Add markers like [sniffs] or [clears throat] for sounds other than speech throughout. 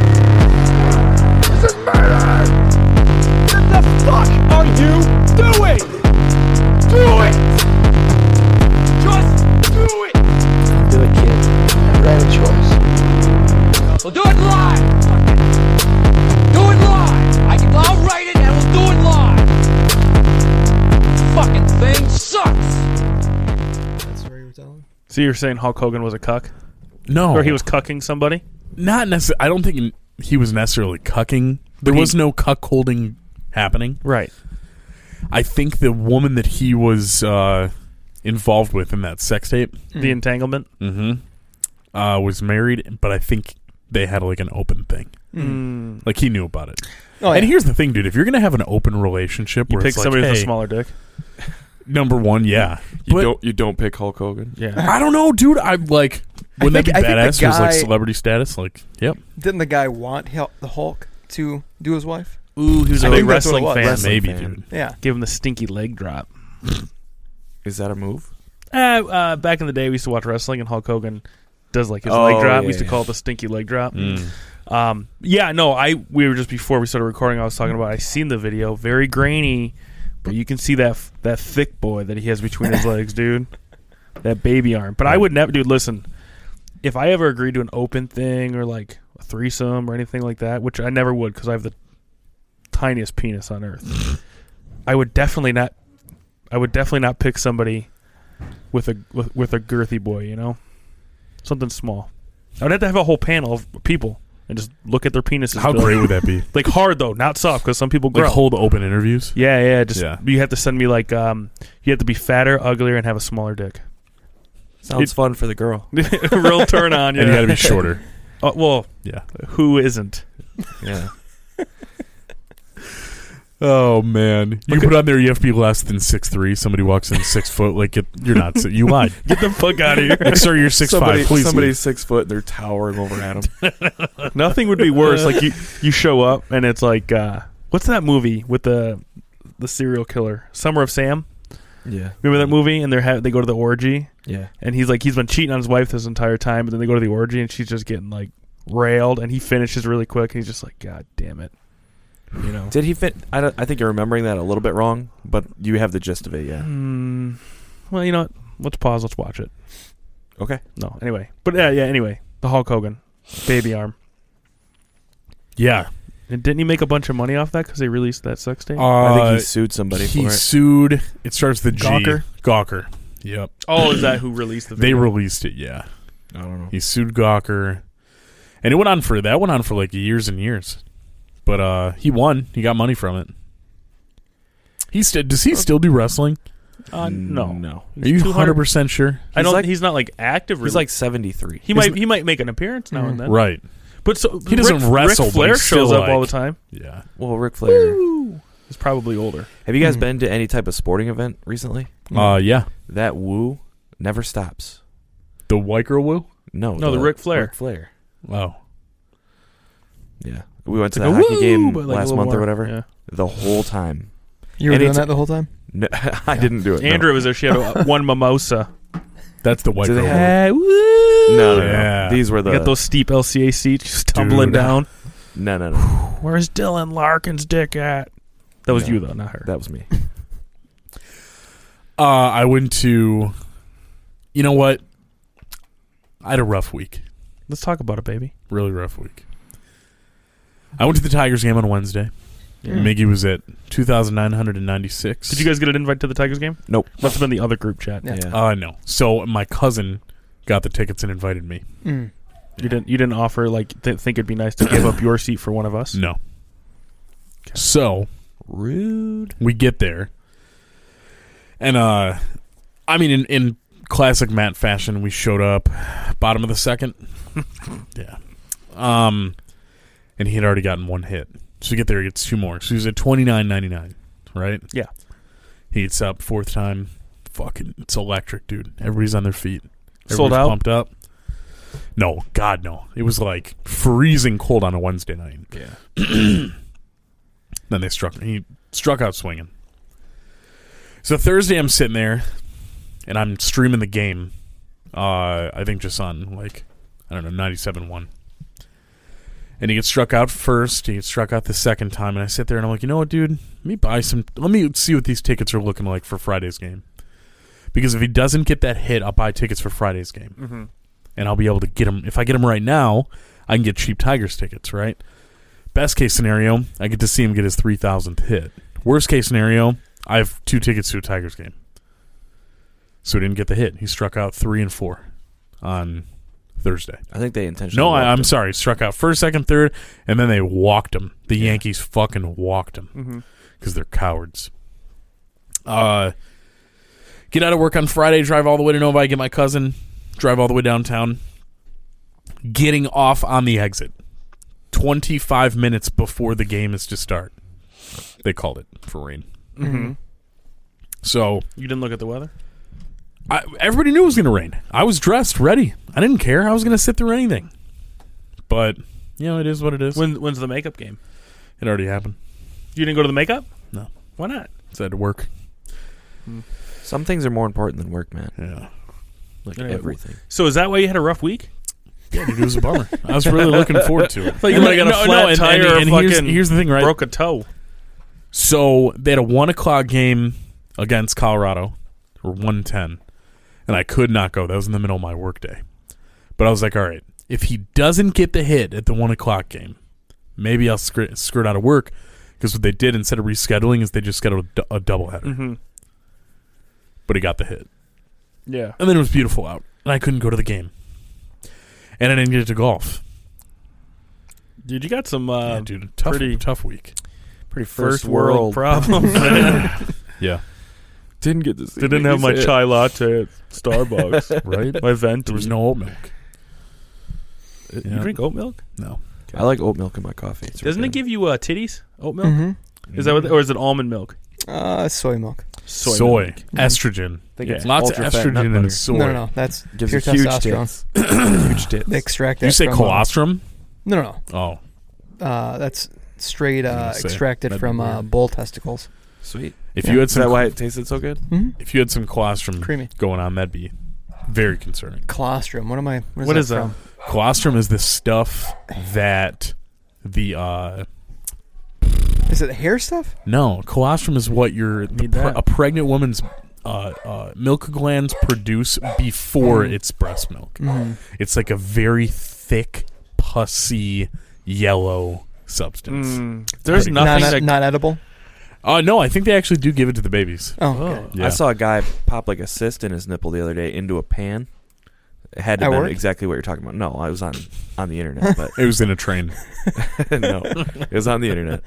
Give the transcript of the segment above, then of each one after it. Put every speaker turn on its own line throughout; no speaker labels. This is murder!
What the fuck are you doing? Do it! Just do it!
Do it, kid.
Never had a choice.
We'll do it live! Do it live! I can, I'll write it and we'll do it live! Fucking thing sucks!
That's what you were telling.
So you're saying Hulk Hogan was a cuck,
No,
or he was cucking somebody?
not necessarily. I don't think he was necessarily cucking. There was no cuckolding happening.
Right.
I think the woman that he was uh, involved with in that sex tape
The entanglement.
uh, was married, but I think they had like an open thing. Like he knew about it.
Hmm. Oh,
And
yeah.
here's the thing, dude. If you're gonna have an open relationship,
You
where
pick
it's like,
somebody with a
hey,
smaller dick.
number one, yeah.
You
But-
don't you don't pick Hulk Hogan.
[laughs] Yeah.
I don't know, dude. I'm like, wouldn't
think-
that
I
be
think the
badass? was like
guy-
celebrity status. Like, yep,
Didn't the guy want help the Hulk to do his wife?
Ooh, he was
I
a big
think
that's what it
wrestling
was.
fan.
Wrestling.
maybe,
fan.
dude.
Yeah.
Give him the stinky leg drop.
Is that a move?
Uh, uh, back in the day, we used to watch wrestling, and Hulk Hogan does like his
Oh,
leg drop. we
yeah,
used to
yeah.
call it the stinky leg drop.
Mm.
Um, yeah, no, I we were just before we started recording. I was talking about I seen the video, very grainy, but you can see that f- that thick boy that he has between
[laughs]
his legs, dude. That baby arm. But I would never, dude. Listen, if I ever agreed to an open thing or like a threesome or anything like that, which I never would because I have the tiniest penis on earth, I would definitely not. I would definitely not pick somebody with a with, with a girthy boy. You know, something small. I would have to have a whole panel of people and just look at their penises.
How
Bill.
great would that be?
Like hard though, not soft because some people grow.
Like, hold open interviews.
yeah, yeah. Just
Yeah.
you have to send me like um, you have to be fatter, uglier, and have a smaller dick.
Sounds fun for the girl.
[laughs] Real turn on. Yeah.
[laughs] And you
[laughs]
got to be shorter.
Uh, well,
Yeah.
who isn't?
Yeah.
Oh man, you put on there you have to be less than six three. Somebody walks in six foot, like it, you're not. si- You lied.
[laughs] Get the fuck out of here.
Like, sir, you're six
somebody,
five. Please,
somebody's six foot and they're towering over
[laughs]
at him.
Nothing would [laughs] be worse. Like you, you show up and it's like, uh, what's that movie with the the serial killer? Summer of Sam.
yeah.
Remember that movie? And they're ha- they go to the orgy,
Yeah.
and he's like, he's been cheating on his wife this entire time, and then they go to the orgy, and she's just getting like railed, and he finishes really quick, and he's just like, God damn it, you know.
Did he fit? I, don't, I think you're remembering that a little bit wrong, but you have the gist of it. Yeah.
Hmm. [clears throat] well, you know what? Let's pause. Let's watch it.
Okay.
No, anyway. But yeah, yeah. Anyway, the Hulk Hogan baby arm.
Yeah,
And didn't he make a bunch of money off that because they released that sex tape?
I
Uh,
think he sued somebody
he
for it.
sued. It starts the G.
Gawker?
Gawker. Yep.
oh, is that who released the?
They
video?
released it. Yeah.
I don't know.
He sued Gawker, and it went on for that went on for like years and years. But uh, he won. He got money from it. He st- does he still do wrestling?
Uh, no,
No.
Are you hundred percent sure?
I
He's
don't.
like-
he's not like active.
He's like 73.
he might. He might make an appearance now and then.
Right.
But so
He doesn't
Ric- Ric
wrestle, but
Flair
he's still,
shows up all the
like-
time.
Yeah.
Well, Ric Flair.
He's probably older.
Have you guys
Hmm.
been to any type of sporting event recently?
Uh, yeah.
That woo never stops.
The white girl woo.
No.
No, the Ric Flair.
Ric Flair.
Oh.
Yeah. We went to
Like a
the hockey
woo,
game
but like a
last
little
month
more.
or whatever.
Yeah.
The whole time. [laughs]
You were
And
doing
it's-
that the whole time?
No, I didn't do it. no.
Andrew was there. She had a, one mimosa.
That's the white
Do they
girl.
have-
woo.
No, no, no, no.
Yeah.
These were
You
the.
got those steep LCA seats just tumbling
Dude.
down.
no, no, no. [sighs]
Where's Dylan Larkin's dick at? That was
No.
you though, not her.
That was me.
Uh, I went to. You know what? I had a rough week.
Let's talk about it, baby.
Really rough week. I went to the Tigers game on Wednesday.
Mm.
Miggy was at two thousand nine hundred and ninety six.
Did you guys get an invite to the Tigers game?
Nope.
Must have been the other group chat.
Yeah.
Yeah.
Uh, no. So my cousin got the tickets and invited me.
Mm.
You didn't. You didn't offer like th- think it'd be nice to give up your seat for one of us.
No. So
Rude.
we get there, and uh, I mean, in, in classic Matt fashion, we showed up bottom of the second. yeah. Um, and he had already gotten one hit. So we get there, he gets two more. So he was at twenty nine ninety nine, right?
Yeah.
He gets up fourth time. Fucking, it's electric, dude. Everybody's on their feet. Everybody's
Sold out?
Pumped up. No, God, no. It was like freezing cold on a Wednesday night.
Yeah.
[clears throat] Then they struck. He struck out swinging. So Thursday, I'm sitting there, and I'm streaming the game. Uh, I think just on like I don't know, 97 1. And he gets struck out first. He gets struck out the second time. And I sit there and I'm like, you know what, dude? Let me buy some. Let me see what these tickets are looking like for Friday's game. Because if he doesn't get that hit, I'll buy tickets for Friday's game.
Mhm.
And I'll be able to get them. If I get them right now, I can get cheap Tigers tickets, right? Best case scenario, I get to see him get his 3,000th hit. Worst case scenario, I have two tickets to a Tigers game. So he didn't get the hit. He struck out three and four on Thursday.
I think they intentionally.
No, I,
walked
I'm
him.
sorry. Struck out first, second, third, and then they walked him. The Yankees fucking walked him
Mm-hmm.
Mhm.
because they're cowards. Uh, get out of work on Friday, drive all the way to Novi, get my cousin, drive all the way downtown. Getting off on the exit 25 minutes before the game is to start. They called it for rain.
Mm-hmm.
Mhm.
So
You didn't look at the weather.
I, everybody knew it was going to rain. I was dressed, ready. I didn't care. I was going to sit through anything. But, you know, it is what it is.
When when's the makeup game?
It already happened.
You didn't go to the makeup?
No.
Why not?
It's had to work.
Some things are more important than work, man.
Yeah.
Like
Yeah,
everything.
So is that why you had a rough week?
Yeah, dude, it was a bummer. I was really looking forward [laughs] to it.
thought you might have got a flat tire or
here's,
fucking
here's the thing, right?
Broke a toe.
So they had a one o'clock game against Colorado, or one ten, and I could not go. That was in the middle of my workday. But I was like, all right, if he doesn't get the hit at the one o'clock game, maybe I'll skirt, skirt out of work. Because what they did instead of rescheduling is they just scheduled a, du- a doubleheader.
Mm-hmm.
But he got the hit.
Yeah.
And then it was beautiful out, and I couldn't go to the game. And I didn't get to golf.
Dude, you got some uh,
yeah, dude, tough,
pretty-
tough week.
pretty
First
first, world,
world.
problems. [laughs] I
Yeah,
Didn't get to see.
didn't have my chai latte at Starbucks.
[laughs] right.
my venti.
There was no oat milk.
Uh, You drink oat milk?
No.
I like oat milk in my coffee. It's
Doesn't it
okay.
give you uh, titties? Oat milk?
Mm-hmm.
Is that what, or is it almond milk?
Uh, soy milk.
Soy,
milk.
estrogen.
They
Yeah.
get
Lots of
ultra fat nut
estrogen in
butter.
soy.
No, no, no. That's
Gives
pure
you huge
testosterone.
tits. huge
They
tits.
extract that.
You say
from, uh,
colostrum?
No, no,
Oh,
no. Uh, that's straight
I
uh,
was gonna say,
extracted
that'd be
from uh,
weird.
bull testicles.
Sweet.
if
Yeah.
you had
Is that
some,
why it tasted so good?
hmm
if you had some colostrum
Creamy
going on, that'd be very concerning.
colostrum. What am I? What is
What
that
is that?
from?
Colostrum is the stuff that the uh
Is it hair stuff?
no colostrum is what your the
Need
pre-
that.
a pregnant woman's uh, uh, milk glands produce before it's breast milk.
Mm.
It's like a very thick, pussy yellow substance.
Mm. There's
Pretty good.
nothing
not,
that
not edible.
Uh, no, I think they actually do give it to the babies.
Oh,
Oh.
okay.
Yeah.
I saw a guy pop like a cyst in his nipple the other day into a pan. It had to
At
have been
work?
exactly what you're talking about. No, I was on on the internet, but [laughs]
It was in a train.
no, it was on the internet.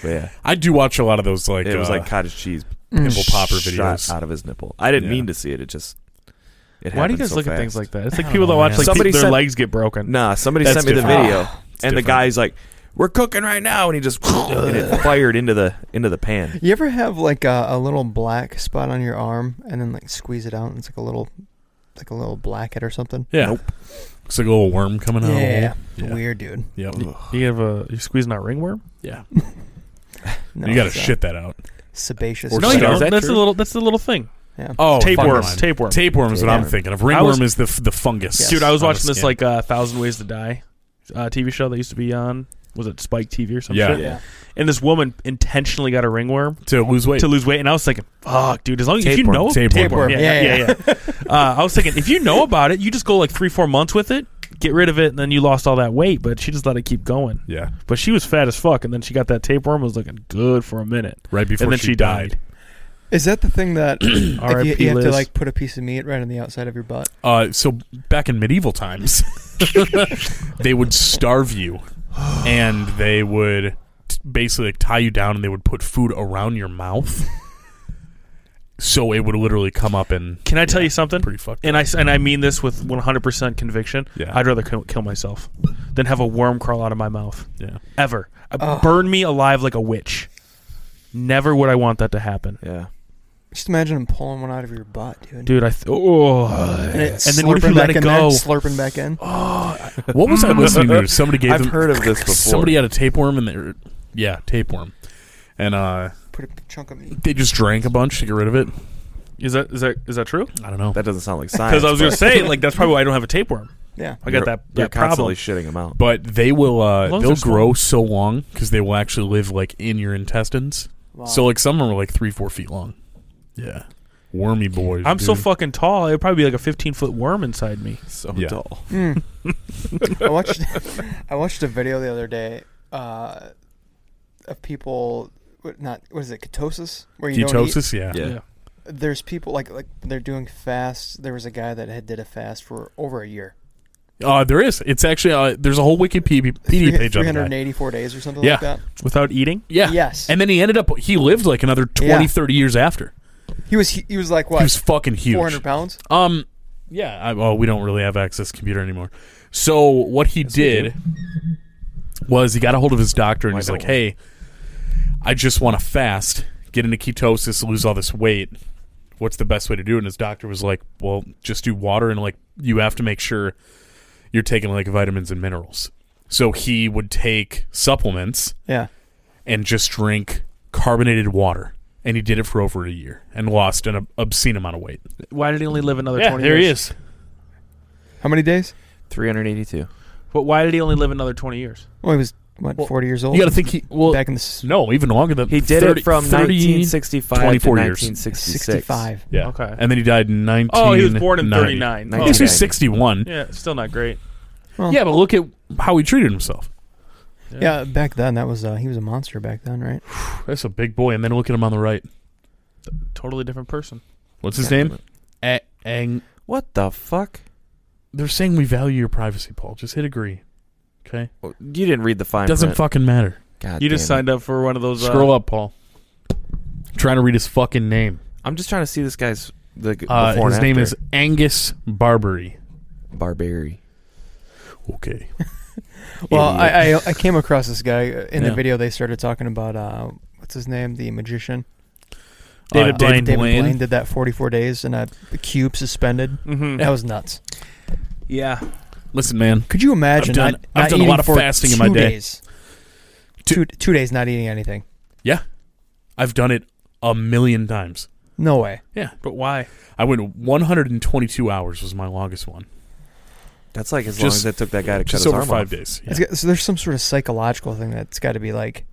But yeah,
I do watch a lot of those. Like
it was
uh,
like cottage cheese
Mm.
Pimple popper
shot
videos.
out of his nipple. I
Yeah.
didn't mean to see it. It just it
Why do you
happened
guys
so
look at
fast.
things like that? It's like
I don't
people that
know,
watch
man.
like
Somebody
their
said-
legs get broken.
Nah, somebody
That's
sent me
different.
the video, and the
different.
guy's like, "We're cooking right now," and he just
[laughs]
and it fired into the into the pan.
You ever have like a, a little black spot on your arm and then like squeeze it out and it's like a little, like a little blackhead or something?
yeah, looks like a little worm coming out.
Yeah.
Of the hole. yeah,
Weird, dude.
Yep.
You have a you squeezing out ringworm?
yeah.
No,
you gotta
it's, uh,
shit that out.
Sebaceous.
Or
No, you
Is
don't.
that
that's
true?
a little. That's a little thing.
Oh,
tapeworm.
fuck.
Tapeworm.
Tapeworm is what I'm
Tapeworm.
thinking of.
I was-
Ringworm is the f- the fungus.
Yes.
Dude, I was
on the
watching this
skin.
like uh, Thousand Ways to Die uh, TV show that used to be on. Was it Spike TV or some
Yeah.
shit?
Yeah.
And this woman intentionally got a ringworm
to lose weight.
to lose weight, and I was thinking, "Fuck, dude! As long as if you
Tapeworm.
know
Tapeworm.
yeah, yeah,
Yeah,
yeah. yeah. uh, I was thinking, if you know about it, you just go like three, four months with it, get rid of it, and then you lost all that weight. But she just let it keep going.
yeah,
But she was fat as fuck, and then she got that tapeworm. Was looking good for a minute,
right before
and then
she,
she died.
Is that the thing that if you,
R.I.P.
you have to
Liz.
like put a piece of meat right on the outside of your butt?
Uh, so back in medieval times, [laughs] they would starve you, and they would t- basically like, tie you down, and they would put food around your mouth, so it would literally come up and
Can I tell you something?
pretty fucked.
And I s- and I mean this with 100 percent conviction.
Yeah.
I'd rather kill, kill myself than have a worm crawl out of my mouth
yeah.
ever. Uh,
Ugh.
Burn me alive like a witch. Never would I want that to happen,
Yeah,
Just imagine them pulling one out of your butt, dude.
dude. I th- oh,
And, it
and then what if you
slurping
let
back
it
in there,
go?
slurping back in.
What
[laughs]
was I listening to? Somebody gave
I've
them.
heard of this before.
Somebody had a tapeworm and they were- yeah, tapeworm, and uh,
Put a chunk of meat.
they just drank a bunch to get rid of it.
Is that is that is that true?
I don't know.
that doesn't sound like
[laughs]
science.
Because I was
but
gonna say like that's probably why I don't have a tapeworm.
Yeah.
I got that,
You're
that problem.
constantly shitting them out.
But they will uh,
Lungs
they'll
are small.
grow so long because they will actually live like in your intestines.
Wow.
So like some are like three four feet long. Yeah, wormy boys.
I'm so
dude.
fucking tall. It would probably be like a 15 foot worm inside me.
So
Yeah.
dull.
Mm. [laughs] I watched [laughs] I watched a video the other day uh, of people what- not what is it ketosis where you don't eat.
ketosis. Yeah.
Yeah.
There's people like like they're doing fast. There was a guy that had did a fast for over a year,
Uh, there is. It's actually uh, there's a whole Wikipedia
[laughs] Three-
page on that.
384 days or something
Yeah.
like that.
Without eating?
Yeah.
Yes.
And then he ended up. He lived like another 20,
Yeah.
30 years after.
He was he, he was like
He
what
was fucking huge.
400 pounds.
Um, yeah. I, well, we don't really have access to computer anymore. So what he did was he got a hold of his doctor and
Why
he's like,
don't
"Hey, I just want to fast, get into ketosis, lose all this weight. What's the best way to do?" it? And his doctor was like, "Well, just do water and like you have to make sure you're taking like vitamins and minerals." So he would take supplements
Yeah.
and just drink carbonated water. And he did it for over a year and lost an ob- obscene amount of weight.
Why did he only live another 20
there
years?
he is.
How many days?
382.
But why did he only live another 20 years?
Well, he was what
Well,
40 years old.
You got to think he well
back in the s-
no even longer than
He did
30
it from
30
1965 to
24 years.
1966.
65.
Yeah.
Okay.
And then he died in nineteen.
Oh, he was born in 39.
I guess
Oh,
he was
1990.
sixty-one. Yeah.
yeah, still not great.
but look at how he treated himself.
Yeah, back then that was uh, he was a monster back then, right?
That's a big boy. And then look at him on the right.
Totally different person.
What's his
Yeah.
name? A- Ang.
What the fuck?
They're saying we value your privacy, Paul. Just hit agree. Okay.
You didn't read the fine
Doesn't
print.
fucking matter.
God
you just
damn it.
signed up for one of those. Uh,
Scroll up, Paul. I'm trying to read his fucking name.
I'm just trying to see this guy's the g-
Uh,
before and
his name
after.
is Angus Barbary.
Barbary.
Okay.
Well, I, I I came across this guy uh, in
Yeah.
the video. They started talking about uh, what's his name, the magician. Uh,
David Blaine.
David Blaine. did that 44 days in a cube suspended.
Mhm.
That was nuts.
Yeah.
Listen, man.
Could you imagine?
done-
not,
I've
not
done a
eating
lot of
for
fasting
two
in my day.
Days. Two,
Two-
two days not eating anything.
I've done it a million times.
No way.
But why?
I went 122 hours was my longest one.
That's like as long
Just-
as it took that guy to cut
Just
his
over
arm
five
off.
days. Yeah.
It's got- so there's some sort of psychological thing that's got to be like,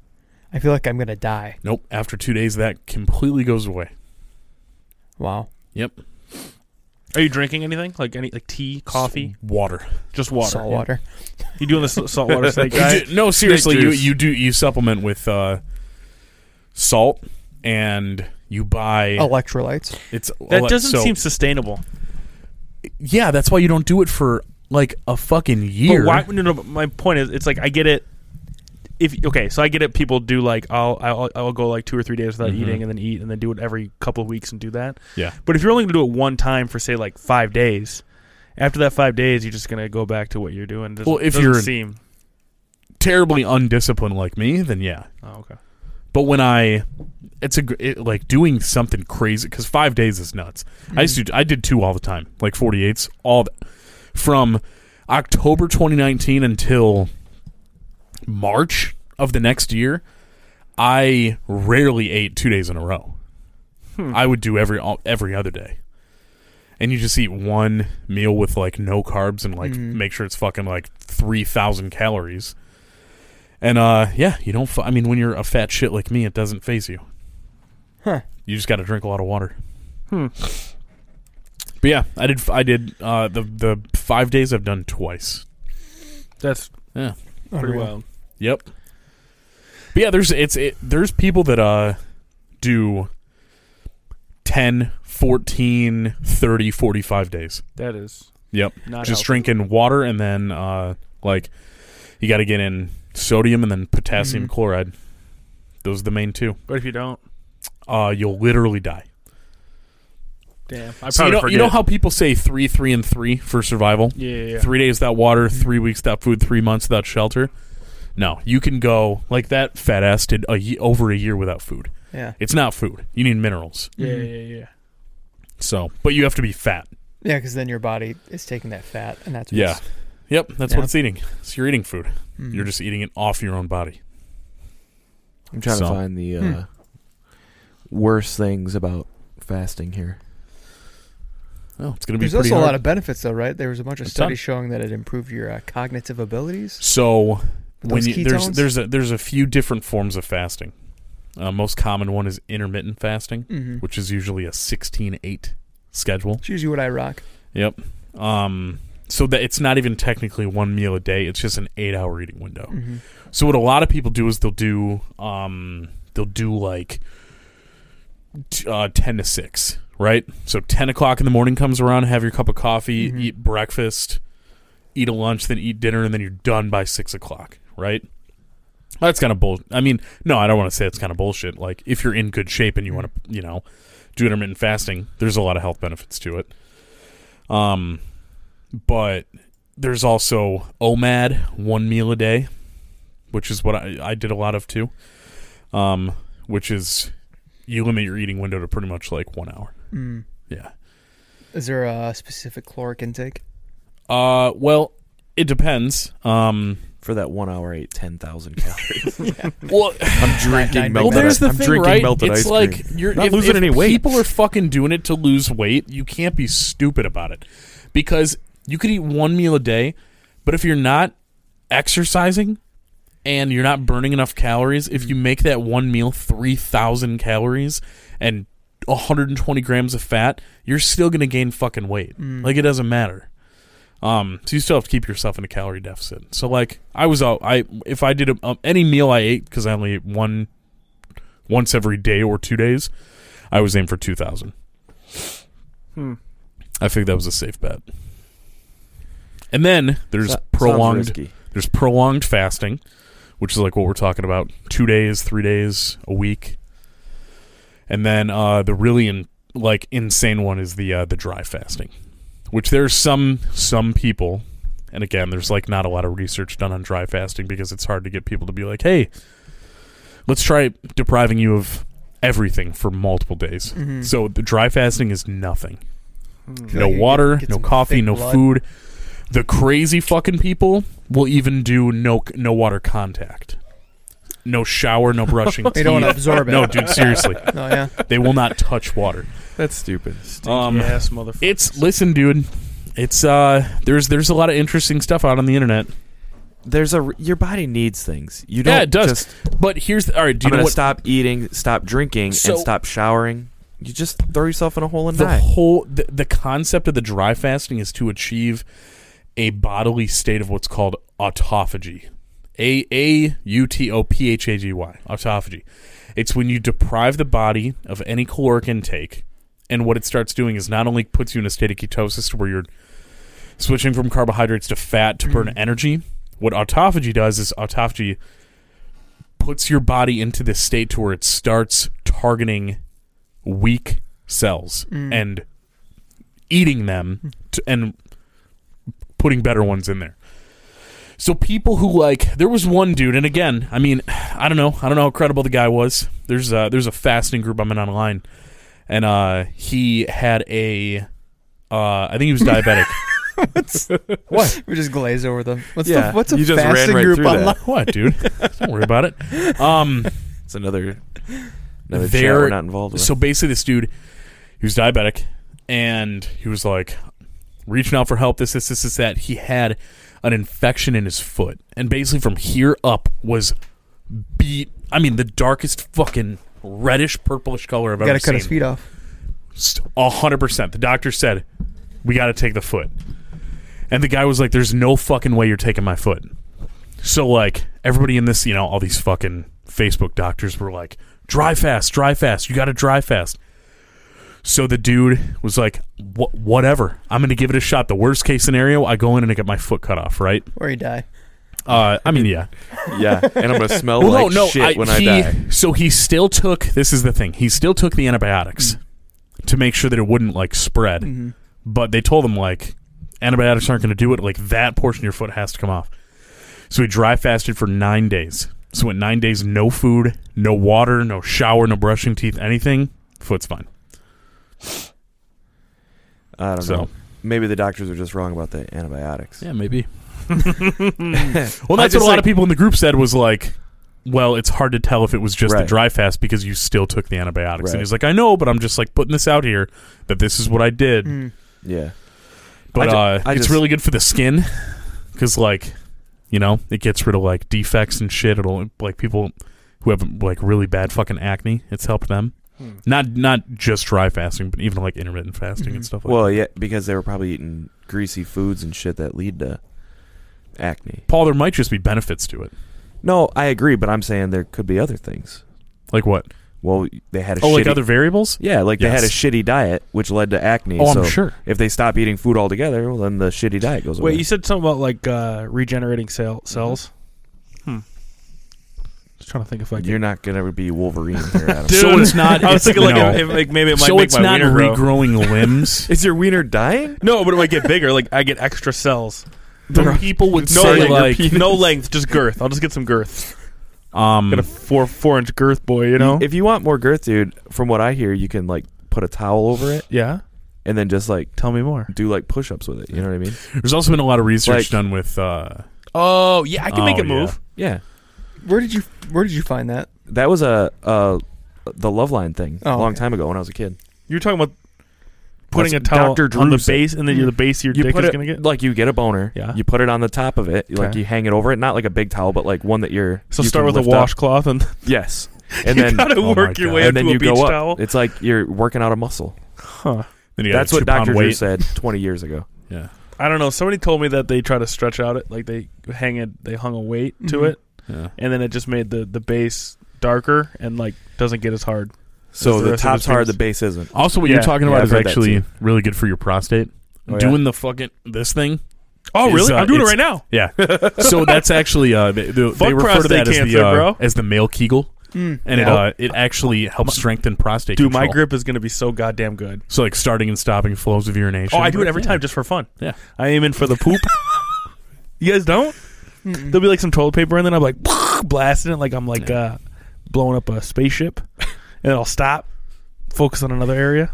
I feel like I'm gonna die.
Nope. After two days, that completely goes away.
Wow.
Are you drinking anything? Like any like tea, coffee,
S-
[laughs]
water.
just water.
Salt water.
You doing this salt water snake
You
guy?
do- no, seriously, you
juice.
you do you supplement with uh, salt and you buy.
Electrolytes.
it's
Oh. That
ele-
doesn't
so-
seem sustainable.
Yeah, that's why you don't do it for like a fucking year.
But why? No, no, but my point is, it's like I get it. If okay, so I get it. People do like I'll I'll, I'll go like two or three days without
Mhm.
eating, and then eat, and then do it every couple of weeks and do that.
Yeah.
But if you're only going to do it one time for say like five days, after that five days, you're just going to go back to what you're doing. Doesn't-
Well, if
doesn't
you're-
seem
Terribly undisciplined like me, then yeah.
oh, okay,
But when I, it's a gr- it, like doing something crazy because five days is nuts. I used to I did two all the time, like forty eights all the, from October 2019 until March of the next year. I rarely ate two days in a row. I would do every all, every other day, and you just eat one meal with like no carbs and like make sure it's fucking like three thousand calories. And uh, yeah, you don't. F- I mean, when you're a fat shit like me, it doesn't phase you.
Huh.
You just got to drink a lot of water.
Hmm.
But yeah, I did. I did uh, the the five days I've done twice.
that's pretty
Unreal.
wild.
Yep. But yeah, there's it's it, there's people that uh do 10, 14, 30, 45 days.
That is
Yep.
not
just
healthy.
drinking water and then uh like you got to get in sodium and then potassium
Mm-hmm.
Mhm.
chloride. Those are the main two.
But if you don't,
Uh you'll literally die.
damn, I probably
So you know,
forget.
you know how people say three, three, and three for survival?
yeah, yeah, Mm-hmm. yeah.
Three days without water, three weeks without food, three months without shelter. No, you can go like that fat ass did a ye- over a year without food.
Yeah.
It's not food. You need minerals.
yeah, yeah, yeah.
So, but you have to be fat.
Yeah, because then your body is taking that fat, and that's
Yeah.
what's,
Yep, that's
Yeah.
what it's eating. So you're eating food.
Mm-hmm.
Mm.
You're just eating it off your own body.
I'm trying
So- Hmm.
to find the uh, worst things about fasting here.
Oh, it's going to be
There's
pretty
also
hard.
a lot of benefits, though, right? There was a bunch of
A ton.
studies showing that it improved your uh, cognitive abilities.
so
With
when
those
you, there's
ketones?
there's a, there's a few different forms of fasting. Uh, most common one is intermittent fasting,
Mm-hmm.
which is usually a 16-8 schedule.
It's usually what I rock.
Yep. Um, so that it's not even technically one meal a day; it's just an eight-hour eating window.
Mhm.
So what a lot of people do is they'll do um they'll do like t- uh, ten to six, right? So ten o'clock in the morning comes around, have your cup of coffee,
Mhm.
eat breakfast, eat a lunch, then eat dinner, and then you're done by six o'clock, right? That's kind of bull. I mean, no, I don't want to say it's kind of bullshit. Like if you're in good shape and you want to, you know, do intermittent fasting, there's a lot of health benefits to it. Um, but there's also OMAD, one meal a day, which is what I, I did a lot of too. Um, which is you limit your eating window to pretty much like one hour.
Mm.
Yeah.
Is there a specific caloric intake?
Uh, well, it depends. Um,
for that one hour, I ate ten
[laughs]
thousand calories.
well,
I'm
Nine
drinking
Well,
melted.
there's the
I'm
thing,
drinking
right?
melted
it's
ice
like
cream.
you're
Not
if,
losing
if
any weight.
People are fucking doing it to lose weight. You can't be stupid about it because you could eat one meal a day, but if you're not exercising and you're not burning enough calories, if you make that one meal three thousand calories and 120 grams of fat, you're still gonna gain fucking weight.
Mm.
Like it doesn't matter. Um, so you still have to keep yourself in a calorie deficit. So like I was out, I if I did a, um, any meal I ate because I only ate one once every day or two days, I was aimed for two thousand.
Hmm.
I think that was a safe bet. And then there's
Sounds
prolonged
risky.
there's prolonged fasting, which is like what we're talking about: two days, three days, a week. And then uh, the really in, like insane one is the uh, the dry fasting, which there's some some people, and again, there's like not a lot of research done on dry fasting because it's hard to get people to be like, hey, let's try depriving you of everything for multiple days.
Mhm.
So the dry fasting is nothing
Feel
no
like you get-
water,
get
no
some
coffee,
thick
no
blood. [laughs]
food. The crazy fucking people will even do no no water contact, no shower, no brushing.
[laughs] They don't want to
teeth.
absorb it.
No, dude, seriously,
No, Oh, yeah.
they will not touch water.
That's stupid.
Um,
ass motherfucker.
It's listen, dude. It's uh, there's there's a lot of interesting stuff out on the internet.
There's a your body needs things. You don't
Yeah, it does.
just
But here's the, all right. Do
I'm
you know
gonna
what
stop eating, stop drinking,
So-
and stop showering. You just throw yourself in a hole and
the
die.
whole the, the concept of the dry fasting is to achieve a bodily state of what's called autophagy a a u t o p h a g y autophagy it's when you deprive the body of any caloric intake and what it starts doing is not only puts you in a state of ketosis to where you're switching from carbohydrates to fat to burn energy what autophagy does is autophagy puts your body into this state to where it starts targeting weak cells and eating them to, and putting better ones in there. So people who like there was one dude, and again, I mean, I don't know, I don't know how credible the guy was. There's a, there's a fasting group I'm in online, and uh, he had a, uh, I think he was diabetic. what?
We just glaze over them. What's
Yeah,
the what's a
you just ran
fasting
right
group
through that.
online?
What, dude? Don't worry about it. Um,
It's another another chat
They're-
we're not involved with.
So basically, this dude, he was diabetic, and he was like reaching out for help. This, this, this, this, that. He had an infection in his foot, and basically from here up was beat. I mean, the darkest fucking reddish purplish color I've
You
ever
gotta cut his
seen.
feet off.
A hundred percent. The doctor said, "We got to take the foot," and the guy was like, "There's no fucking way you're taking my foot." So like everybody in this, you know, all these fucking Facebook doctors were like, "Dry fast, dry fast. You got to dry fast." So the dude was like, "Wha- "Whatever. I'm going to give it a shot. The worst case scenario, I go in and I get my foot cut off, right?"
Or you die.
Uh, I mean, yeah.
yeah, and I'm gonna smell
[laughs] Well,
Oh, like
no, no.
shit
I,
when
he,
I die.
So he still took. This is the thing. He still took the antibiotics
Mm-hmm.
to make sure that it wouldn't like spread.
Mm-hmm.
But they told him like antibiotics aren't going to do it. Like that portion of your foot has to come off. So he dry fasted for nine days. So went nine days, no food, no water, no shower, no brushing teeth, anything. Foot's fine.
I don't
So-
know. Maybe the doctors are just wrong about the
[laughs]
antibiotics. [laughs]
maybe. well,
I
that's what
just
a lot
like-
of people in the group said was like, well, it's hard to tell if it was just the
Right.
dry fast because you still took the antibiotics. And
Right.
he's like, I know, but I'm just like putting this out here that this is what I did.
Mm.
Yeah.
but
I ju-
uh,
I
it's
just-
really good for the skin because like you know it gets rid of like defects and shit it'll like people who have like really bad fucking acne it's helped them
Hmm.
not not just dry fasting but even like intermittent fasting
Hmm.
and stuff like
Well,
that
yeah, because they were probably eating greasy foods and shit that lead to acne.
paul there might just be benefits to it
No, I agree, but I'm saying there could be other things.
like what
Well, they had a
oh
shitty,
like other variables
yeah, like they had a
Yes.
shitty diet, which led to acne.
Oh, I'm
so
sure.
If they stop eating food altogether, well, then the shitty diet goes away.
Wait, you said something about like uh, regenerating cell- cells. Hmm. Just trying to think if I can.
are not gonna be Wolverine here,
[laughs]
Adam.
So it's not-
I was
it's-
thinking like,
no.
if, if, like maybe it might
so
make
it's
my
not
wiener grow.
regrowing
[laughs]
limbs
Is your wiener dying?
No, but it might get bigger. Like I get extra cells.
But people would
No
say
length,
like
no length, just girth. I'll just get some girth.
um
Got a four four inch girth boy, you know.
If you want more girth, dude, from what I hear, you can like put a towel over it
yeah,
and then just like
tell me more.
do like push-ups with it. You know what I mean?
there's also been a lot of research
Like-
done with uh
Oh yeah, I can
Oh,
make it
yeah.
move.
Yeah,
Where did you Where did you find that?
that was a uh the love line thing a
Oh,
long
okay.
time ago when I was a kid.
You're talking about putting
That's
a towel
Dr.
on the
Drew's- Mm-hmm.
base, and then the base of your
you
dick
put
is
it,
gonna get.
like you get a boner.
Yeah.
You put it on the top of it, like
Okay.
you hang it over it, not like a big towel, but like one that you're.
So
you
start
can
with a
lift up.
washcloth, and [laughs]
Yes, and
you
then
gotta
oh my
work your
God.
way up
and then
to a
you
beach
go up.
towel.
It's like you're working out a muscle.
Huh.
then you got
That's
a
what
two-pound
Doctor Drew
weight.
said 20
[laughs]
years ago.
yeah
I don't know. Somebody told me that they try to stretch out it, like they hang it, they hung a weight to
Mm-hmm.
Mhm.
it,
yeah
and then it just made the the base darker and like doesn't get as hard.
So
the
the,
rest of
top's
his
hard,
penis.
the base isn't.
Also, what
Yeah.
you're talking
Yeah,
about
I've
is
heard that
actually
too.
really good for your prostate.
Oh, yeah?
Doing the fucking this thing.
Oh
Is,
really?
uh,
I'm doing it
it's-
right now.
Yeah. [laughs] so that's actually uh, they, they, they
Fuck
refer to that
prostate
as the
cancer,
uh,
bro. Hmm.
as the male Kegel,
Mm.
Yeah.
and it uh, it actually helps strengthen prostate.
Dude, my
control.
grip is gonna be so goddamn good.
So like starting and stopping flows of urination.
Oh, I do it every
Yeah.
time just for fun. [laughs]
Yeah.
I aim in for the
[laughs]
poop. you guys don't? There'll be like some toilet paper, and then I'm like [laughs] blasting it, like I'm like uh, blowing up a spaceship, and I'll stop, focus on another area.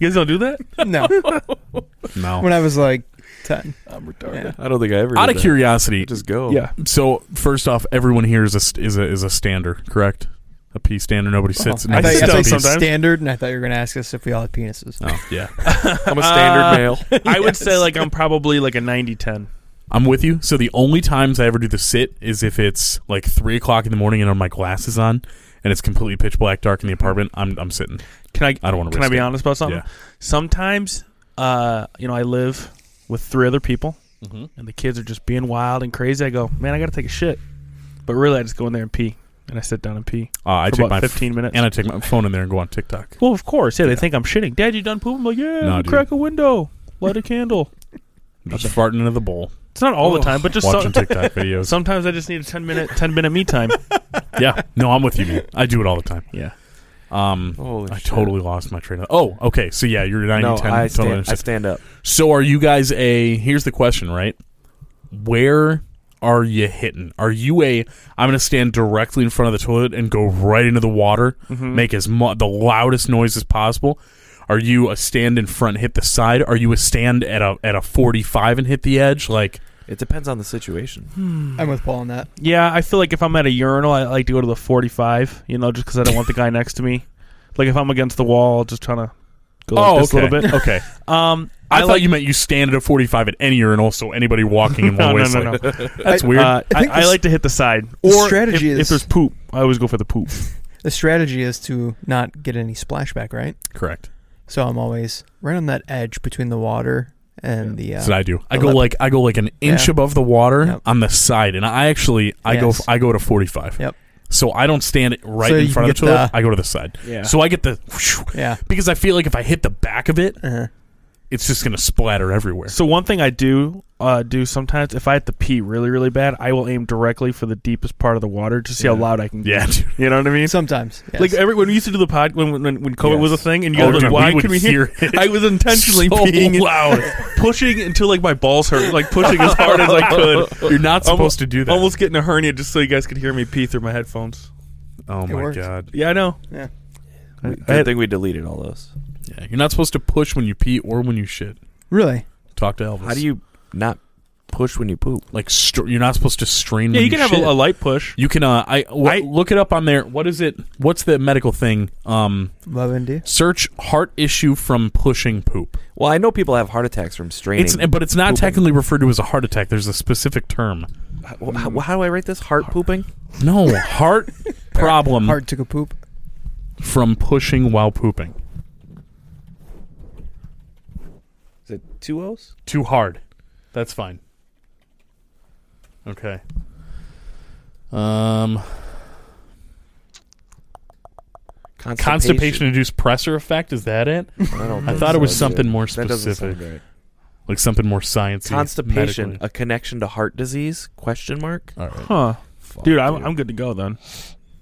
You guys don't do that?
[laughs]
No, [laughs]
No.
when I was like ten.
I'm retarded.
I don't think I ever.
Out
did
of
that.
curiosity,
just go.
Yeah.
so first off, everyone here is a st- is a is a stander, correct? A pee stander. Nobody sits.
Oh,
and
I
Uh-huh. I
thought
takes
you said
a
sometimes.
pee.
standard, and I thought you were going to ask us if we all had penises.
Oh, yeah.
I'm a standard
Uh,
[laughs]
male.
I would say like I'm probably like a 90-10.
I'm with you. So the only times I ever do the sit is if it's like three o'clock in the morning and on my glasses on, and it's completely pitch black dark in the apartment. I'm I'm sitting.
Can I?
I don't want to.
Can I be honest about something?
Yeah.
Sometimes, uh, you know, I live with three other people,
Mhm.
and the kids are just being wild and crazy. I go, man, I gotta take a shit, but really, I just go in there and pee, and I sit down and pee
Uh, I
for
take
about
my
fifteen minutes.
and I take my phone in there and go on TikTok.
well, of course, yeah, they think I'm shitting. Dad, you done pooping? I'm like, yeah,
Nah,
we
dude.
crack a window, light a candle.
I'm Just farting into the bowl,
It's not all the time, but just
watching
[laughs] some,
TikTok
[laughs]
videos.
sometimes I just need a ten minute ten minute me time.
yeah, no, I'm with you. Man. I do it all the time.
yeah,
Um,
Holy
I
shit.
totally lost my train of. Oh, okay. So yeah, you're 90
No,
10. totally
I stand, I
understand.
stand up.
So are you guys a here's the question, right? Where are you hitting? Are you a I'm going to stand directly in front of the toilet and go right into the water,
Mm-hmm.
make as mu- the loudest noise as possible? Are you a stand in front, hit the side? Are you a stand at a at a 45 and hit the edge? Like
It depends on the situation.
Hmm.
I'm with Paul on that.
yeah. I feel like if I'm at a urinal, I like to go to the forty five. You know, just because I don't want the guy next to me. Like if I'm against the wall, just trying to go like this a little bit.
Oh, okay.
Oh, [laughs] Um,
I,
I,
thought
like
you meant you stand at a 45 at any urinal, so anybody walking in
[laughs]
will
no, no,
whistle.
no, no.
That's [laughs] weird.
Uh,
I
I,
think
I
this-
like to hit the side.
the
Or
strategy
if,
is-
if there's poop, I always go for the poop.
The strategy is to not get any splashback, right?
Correct.
So I'm always right on that edge between the water and the. Uh,
That's what I do. I go
Eleven.
like I go like an inch
Yeah.
above the water
Yep.
on the side, and I actually I
Yes.
go I go to forty five.
Yep.
So I don't stand right
So
in
you
front of the
can
toilet.
get the-
I go to the side.
Yeah.
So I get the
yeah.
because I feel like if I hit the back of it,
Uh-huh.
it's just gonna splatter everywhere.
So one thing I do uh, do sometimes, if I have to pee really really bad, I will aim directly for the deepest part of the water to see how loud I can get.
Yeah, dude.
You know what I mean?
Sometimes. Yes.
Like
uh,
every when we used to do the pod when when, when COVID was a
Yes.
thing, and you
Oh,
guys were like,
dude, we
why
would
can we hear?
hear it
I was [laughs] intentionally
[laughs] so
peeing
loud.
[laughs]
pushing until like my balls hurt, like pushing as hard as I [laughs] could.
You're not supposed
Almost-
to do that.
Almost getting a hernia just so you guys could hear me pee through my headphones.
oh my
worked.
god.
Yeah, I know.
Yeah.
I-
Good
I had-
thing we deleted all those.
Yeah, you're not supposed to push when you pee or when you shit.
really?
Talk to Elvis.
How do you not push when you poop?
Like str you're not supposed to strain.
Yeah,
when
you can have
shit.
a, a light push.
You can. Uh, I, w-
I-
look it up on there. What is it? What's the medical thing? Um,
Love Indy.
search heart issue from pushing poop.
Well, I know people have heart attacks from straining.
It's but it's not
Pooping.
technically referred to as a heart attack. There's a specific term.
Wh- wh- how, do I write this? Heart pooping? [laughs]
No heart problem
Hard took a poop.
from pushing while pooping.
Is it two O's?
Too hard. That's fine. Okay. Um, constipation induced pressor effect. Is that
[laughs]
it?
I, don't
I
think
thought it
so,
was
dude.
something more
That doesn't sound
specific,
right.
like something more sciencey.
Constipation,
medically. [laughs]
a connection to heart disease? Question mark?
All right.
Huh.
Fuck,
Dude, I'm, I'm good to go then.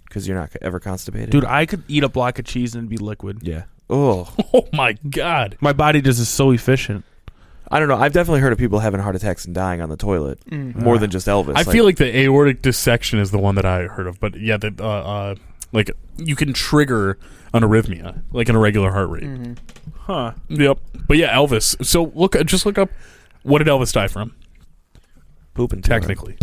because you're not c- ever constipated,
Dude, I could eat a block of cheese and it'd be liquid.
Yeah.
[laughs]
Oh,
Oh my god.
My body just is so efficient.
I don't know. I've definitely heard of people having heart attacks and dying on the toilet more than just Elvis.
Uh, I feel like the aortic dissection is the one that I heard of, but yeah, that uh, uh, like you can trigger an arrhythmia, like an irregular heart rate.
Huh.
Yep. But yeah, Elvis. So look, uh, just look up what did Elvis die from?
pooping too hard.
Technically,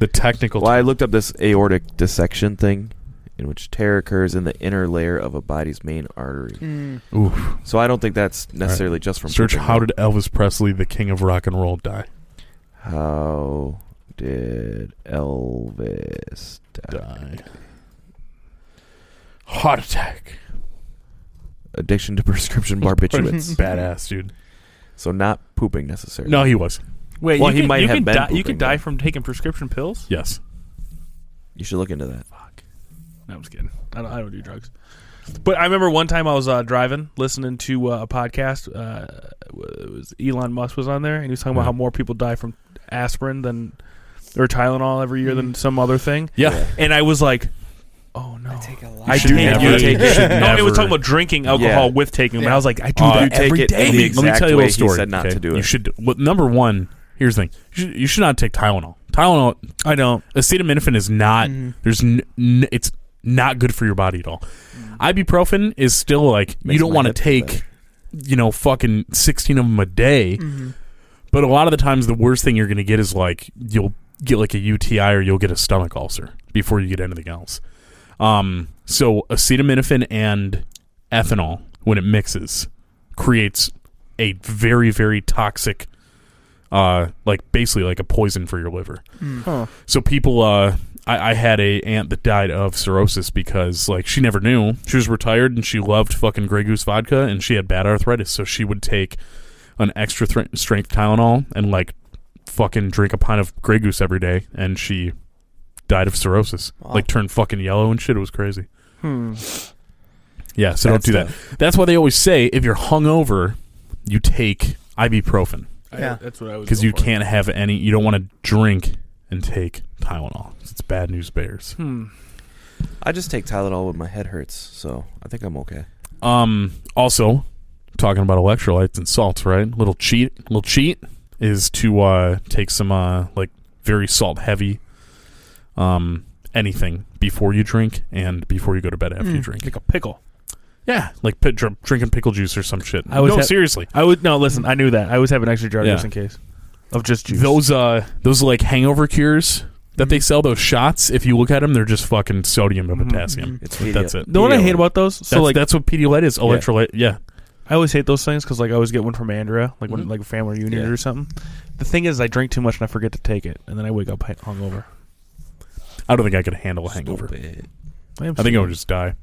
the technical.
Well, I looked up this aortic dissection thing, in which tear occurs in the inner layer of a body's main artery.
Oof.
So I don't think that's necessarily just from
Search
pooping.
how did Elvis Presley, the king of rock and roll, die?
how did Elvis die?
Die. Heart attack.
Addiction to
[laughs]
prescription barbiturates.
Badass dude.
so not pooping necessarily.
No, he was.
Wait,
Well,
you
he
can,
might
you
have
can
been
die, You
pooping,
can die
though.
from taking prescription pills?
Yes.
you should look into that.
Fuck. No, I'm just kidding. I don't, I don't do drugs. But I remember one time I was uh, driving, listening to uh, a podcast. Uh, it was Elon Musk was on there, and he was talking about
Yeah.
how more people die from aspirin than or Tylenol every year than some other thing.
Mm. Yeah.
And I was like, "Oh no, I,
Take a lot.
I do
do
never
that.
take it.
You
[laughs]
should
No,
no, it was talking about drinking alcohol with taking, but I was like, "I do
Uh,
that
you
take
every
it
day."
in the exact
Let me tell you a
way
little
he
story.
said not to do
You
it.
should. Well, number one, here's the thing: you should, you should not take Tylenol. Tylenol,
I don't. Mm-hmm.
acetaminophen is not. There's n- n- it's not good for your body at all. Ibuprofen is still like you
Makes
don't
my
want to
hips
take,
better.
you know, fucking sixteen of them a day. But a lot of the times, the worst thing you're going to get is like you'll get like a UTI or you'll get a stomach ulcer before you get anything else. Um, so acetaminophen and ethanol, when it mixes, creates a very very toxic, uh, like basically like a poison for your liver.
Mm.
So people, uh, I, I had a aunt that died of cirrhosis because like she never knew she was retired and she loved fucking Grey Goose vodka and she had bad arthritis, so she would take an extra thr strength Tylenol and like fucking drink a pint of Grey Goose every day, and she died of cirrhosis,
Wow.
like turned fucking yellow and shit. It was crazy. Hmm. Yeah, so
That's
don't do that. That's why they always say if you're hungover, you take ibuprofen
Yeah.
that's what I was
because you
going for.
can't have any. You don't want to drink and take Tylenol. It's bad news bears.
Hmm.
I just take Tylenol when my head hurts, so I think I'm okay.
Um. Also, talking about electrolytes and salts, right? Little cheat. Little cheat is to uh, take some uh, like very salt heavy, um, anything before you drink and before you go to bed after you drink.
Like a pickle.
Yeah, like pit, dr- drinking pickle juice or some shit.
I was
no,
ha-
seriously.
I would no listen. I knew that. I always have an extra jar
Yeah.
just in case of just juice. Hmm.
Those uh, those like hangover cures that they sell those shots. If you look at them, they're just fucking sodium and potassium.
It's
Like, that's it.
The one I hate
Pedialyte. [laughs]
about those. Hmm. So
that's,
like
that's what Pedialyte is. Electrolyte. Yeah.
I always hate those things because like I always get one from Andrea, like when
Mhm.
like a family reunion
Yeah.
or something. The thing is, I drink too much and I forget to take it, and then I wake up hi- hungover.
I don't think I could handle a hangover.
Stupid.
am
I think I would just die.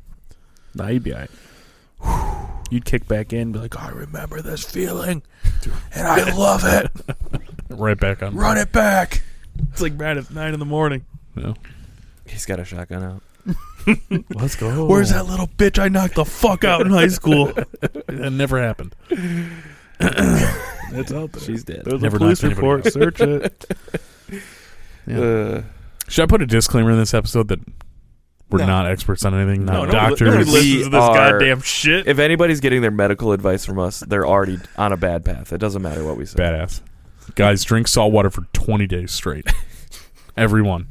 Nah, you'd be alright. [sighs] You'd kick back in, and be like, "Oh, I remember this feeling, [laughs] and I love it.
Right back on.
Run it back. It's like Brad. It's nine in the morning.
Yeah.
He's got a shotgun out.
Let's go.
Where's that little bitch I knocked the fuck out in high [laughs] school?
That never happened.
It's out there.
She's dead.
There's
Never
a police
knocked anybody
report. Search [laughs] it.
Yeah.
Uh,
Should I put a disclaimer in this episode that we're
No.
not experts on anything, not
No, nobody-
doctors?
Nobody listens to this
We are-
goddamn shit.
if anybody's getting their medical advice from us, they're already on a bad path. It doesn't matter what we say.
Badass. Guys, drink salt water for 20 days straight. Everyone.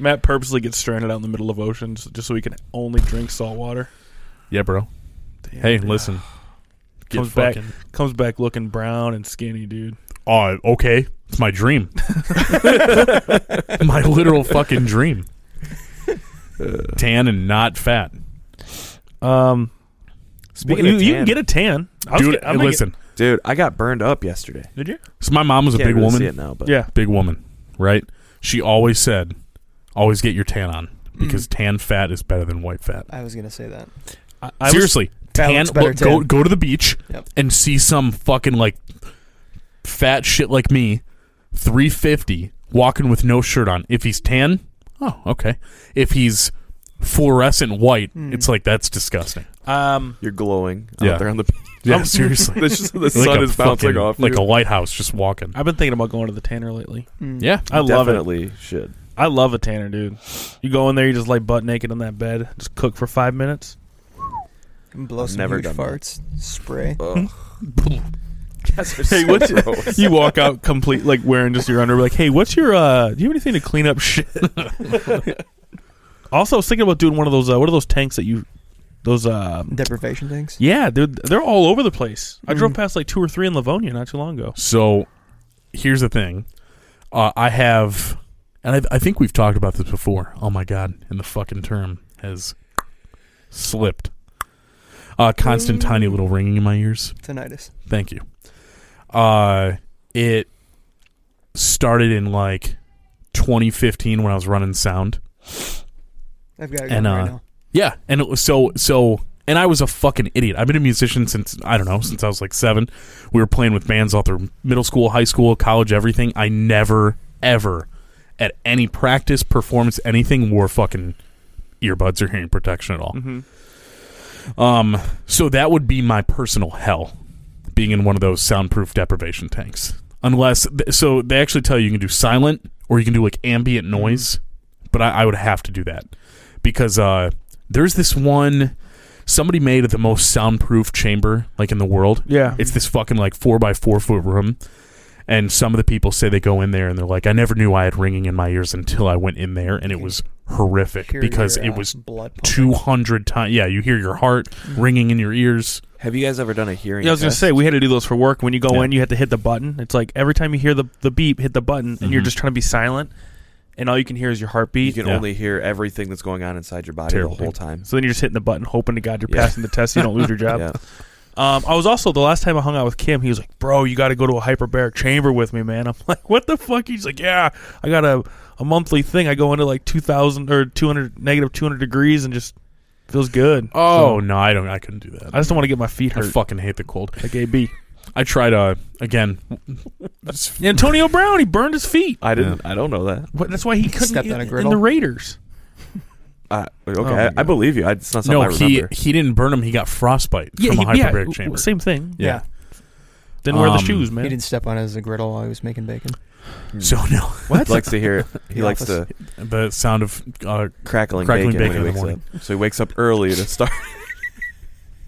Matt purposely gets stranded out in the middle of oceans just so he can only drink salt water.
Yeah, bro.
Damn,
Hey,
dude.
listen. Get
Comes back-
fucking-
Comes back looking brown and skinny, dude.
Uh, okay. It's
[laughs]
my dream. my literal fucking
[laughs]
dream. Tan and not fat.
Um,
Speaking
you,
of
you
tan,
can get a tan. I was
Dude,
get- I'm gonna
listen.
dude, I got burned up yesterday.
Get, did you?
so my mom was a
Can't
big
really
woman.
See it now, but
Yeah.
big woman, right? She always said, always get your tan on because tan fat is better than white fat.
I was gonna say that.
I, I was-
Seriously,
Fat
tan,
looks better
look, go
tan.
go to the beach
Yep.
and see some fucking like fat shit like me, 350 walking with no shirt on. If he's tan, oh, okay. If he's fluorescent white, it's like that's disgusting.
um,
you're glowing
Yeah.
out there on the [laughs] beach.
Yeah, seriously.
It's just- the [laughs] sun
a
is bouncing
fucking-
off
like
you.
a lighthouse just walking.
I've been thinking about going to the tanner lately.
Mm.
Yeah.
I love it.
Definitely should. [laughs]
I love a tanner, dude. You go in there, you just lay butt naked on that bed, just cook for five minutes.
Blow
I've
some
never
huge
done that.
farts. Spray.
Ugh.
Hey, what's you walk out complete like wearing just your underwear? Like, hey, what's your? uh Do you have anything to clean up shit? [laughs] also, I was thinking about doing one of those. Uh, what are those tanks that you? Those. Uh,
Deprivation things.
yeah, dude, they're all over the place. I drove past like two or three in Livonia not too long ago.
So here's the thing. Uh, I have, and I, I think we've talked about this before. Oh my God. And the fucking term has slipped. Uh, constant tiny little ringing in my ears.
Tinnitus.
Thank you. Uh, it started in like 2015 when I was running sound.
I've got it going
And,
right
uh,
now.
Yeah, and it was so so. And I was a fucking idiot. I've been a musician since I don't know since I was like seven. We were playing with bands all through middle school, high school, college, everything. I never ever at any practice, performance, anything wore fucking earbuds or hearing protection at all. Um, so that would be my personal hell, being in one of those soundproof deprivation tanks. Unless, th- so they actually tell you you can do silent or you can do like ambient noise, but I, I would have to do that because uh, there's this one somebody made the most soundproof chamber like in the world.
Yeah,
It's this fucking like four by four foot room. And some of the people say they go in there and they're like, I never knew I had ringing in my ears until I went in there, and it was horrific
Hear
because
your,
it
uh,
was
blood pumping.
200 times. Yeah, you hear your heart ringing in your ears.
Have you guys ever done a hearing?
Yeah, I was gonna
test?
say we had to do those for work. When you go
Yeah.
in, you have to hit the button. It's like every time you hear the the beep, hit the button, and you're
Mhm.
just trying to be silent, and all you can hear is your
You
heartbeat.
can
Yeah.
only hear everything that's going on inside your body
Terrible.
the whole time.
so then you're just hitting the button, hoping to God you're
Yeah.
passing the test, so you don't lose your job.
[laughs] Yeah.
Um, I was also the last time I hung out with Kim, he was like, "Bro, you got to go to a hyperbaric chamber with me, man." I'm [laughs] like, "What the fuck?" He's like, "Yeah, I got a, a monthly thing. I go into like 2,000 or 200 negative 200 degrees and just feels good."
Oh,
So,
no, I don't. I couldn't do that.
I just don't want to get my feet
I
hurt.
fucking hate the cold.
like AB
I tried, uh, again. s-
Antonio Brown, he burned his feet.
I didn't. I don't know that.
What, that's why he couldn't
Stepped
in,
on a
in
griddle.
the Raiders.
I, okay,
Oh my
I, I
God.
believe you. I, it's not something
No,
I
he
remember.
he didn't burn him. He got frostbite from a
he-
hyperbaric
w-
chamber.
Same thing.
Yeah.
Didn't wear the
Um,
shoes,
He
man.
didn't step on his griddle while he was making bacon.
So [laughs] no,
He likes to hear it. He
The
likes
office.
to
the sound of uh,
crackling,
Crackling
bacon,
bacon in
when
the
he wakes up. So he wakes up early to start.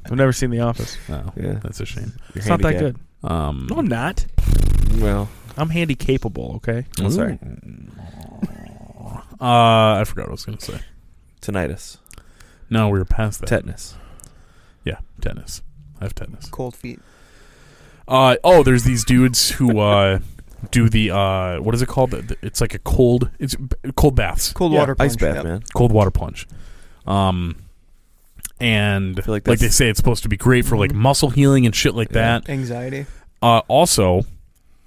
I've never seen The Office.
oh,
[laughs] Yeah.
that's a shame.
You're
It's not that
handicapped.
good.
Um,
No, I'm not.
Well,
I'm handy capable. Okay.
I'm sorry.
Uh, I forgot what I was going to say.
Tinnitus,
No, we were past that.
tetanus.
yeah, tennis. I have tennis.
Cold feet.
Uh, oh, there's these dudes who uh, [laughs] do the uh, what is it called? The- the- It's like a cold. It's b- cold baths,
Cold water.
ice
plunge,
bath,
yep.
man.
cold water plunge. Um, and
feel like
like, they
that's- Mm-hmm.
say, it's supposed to be great for like muscle healing and shit like
Yeah.
that.
Anxiety.
Uh, also,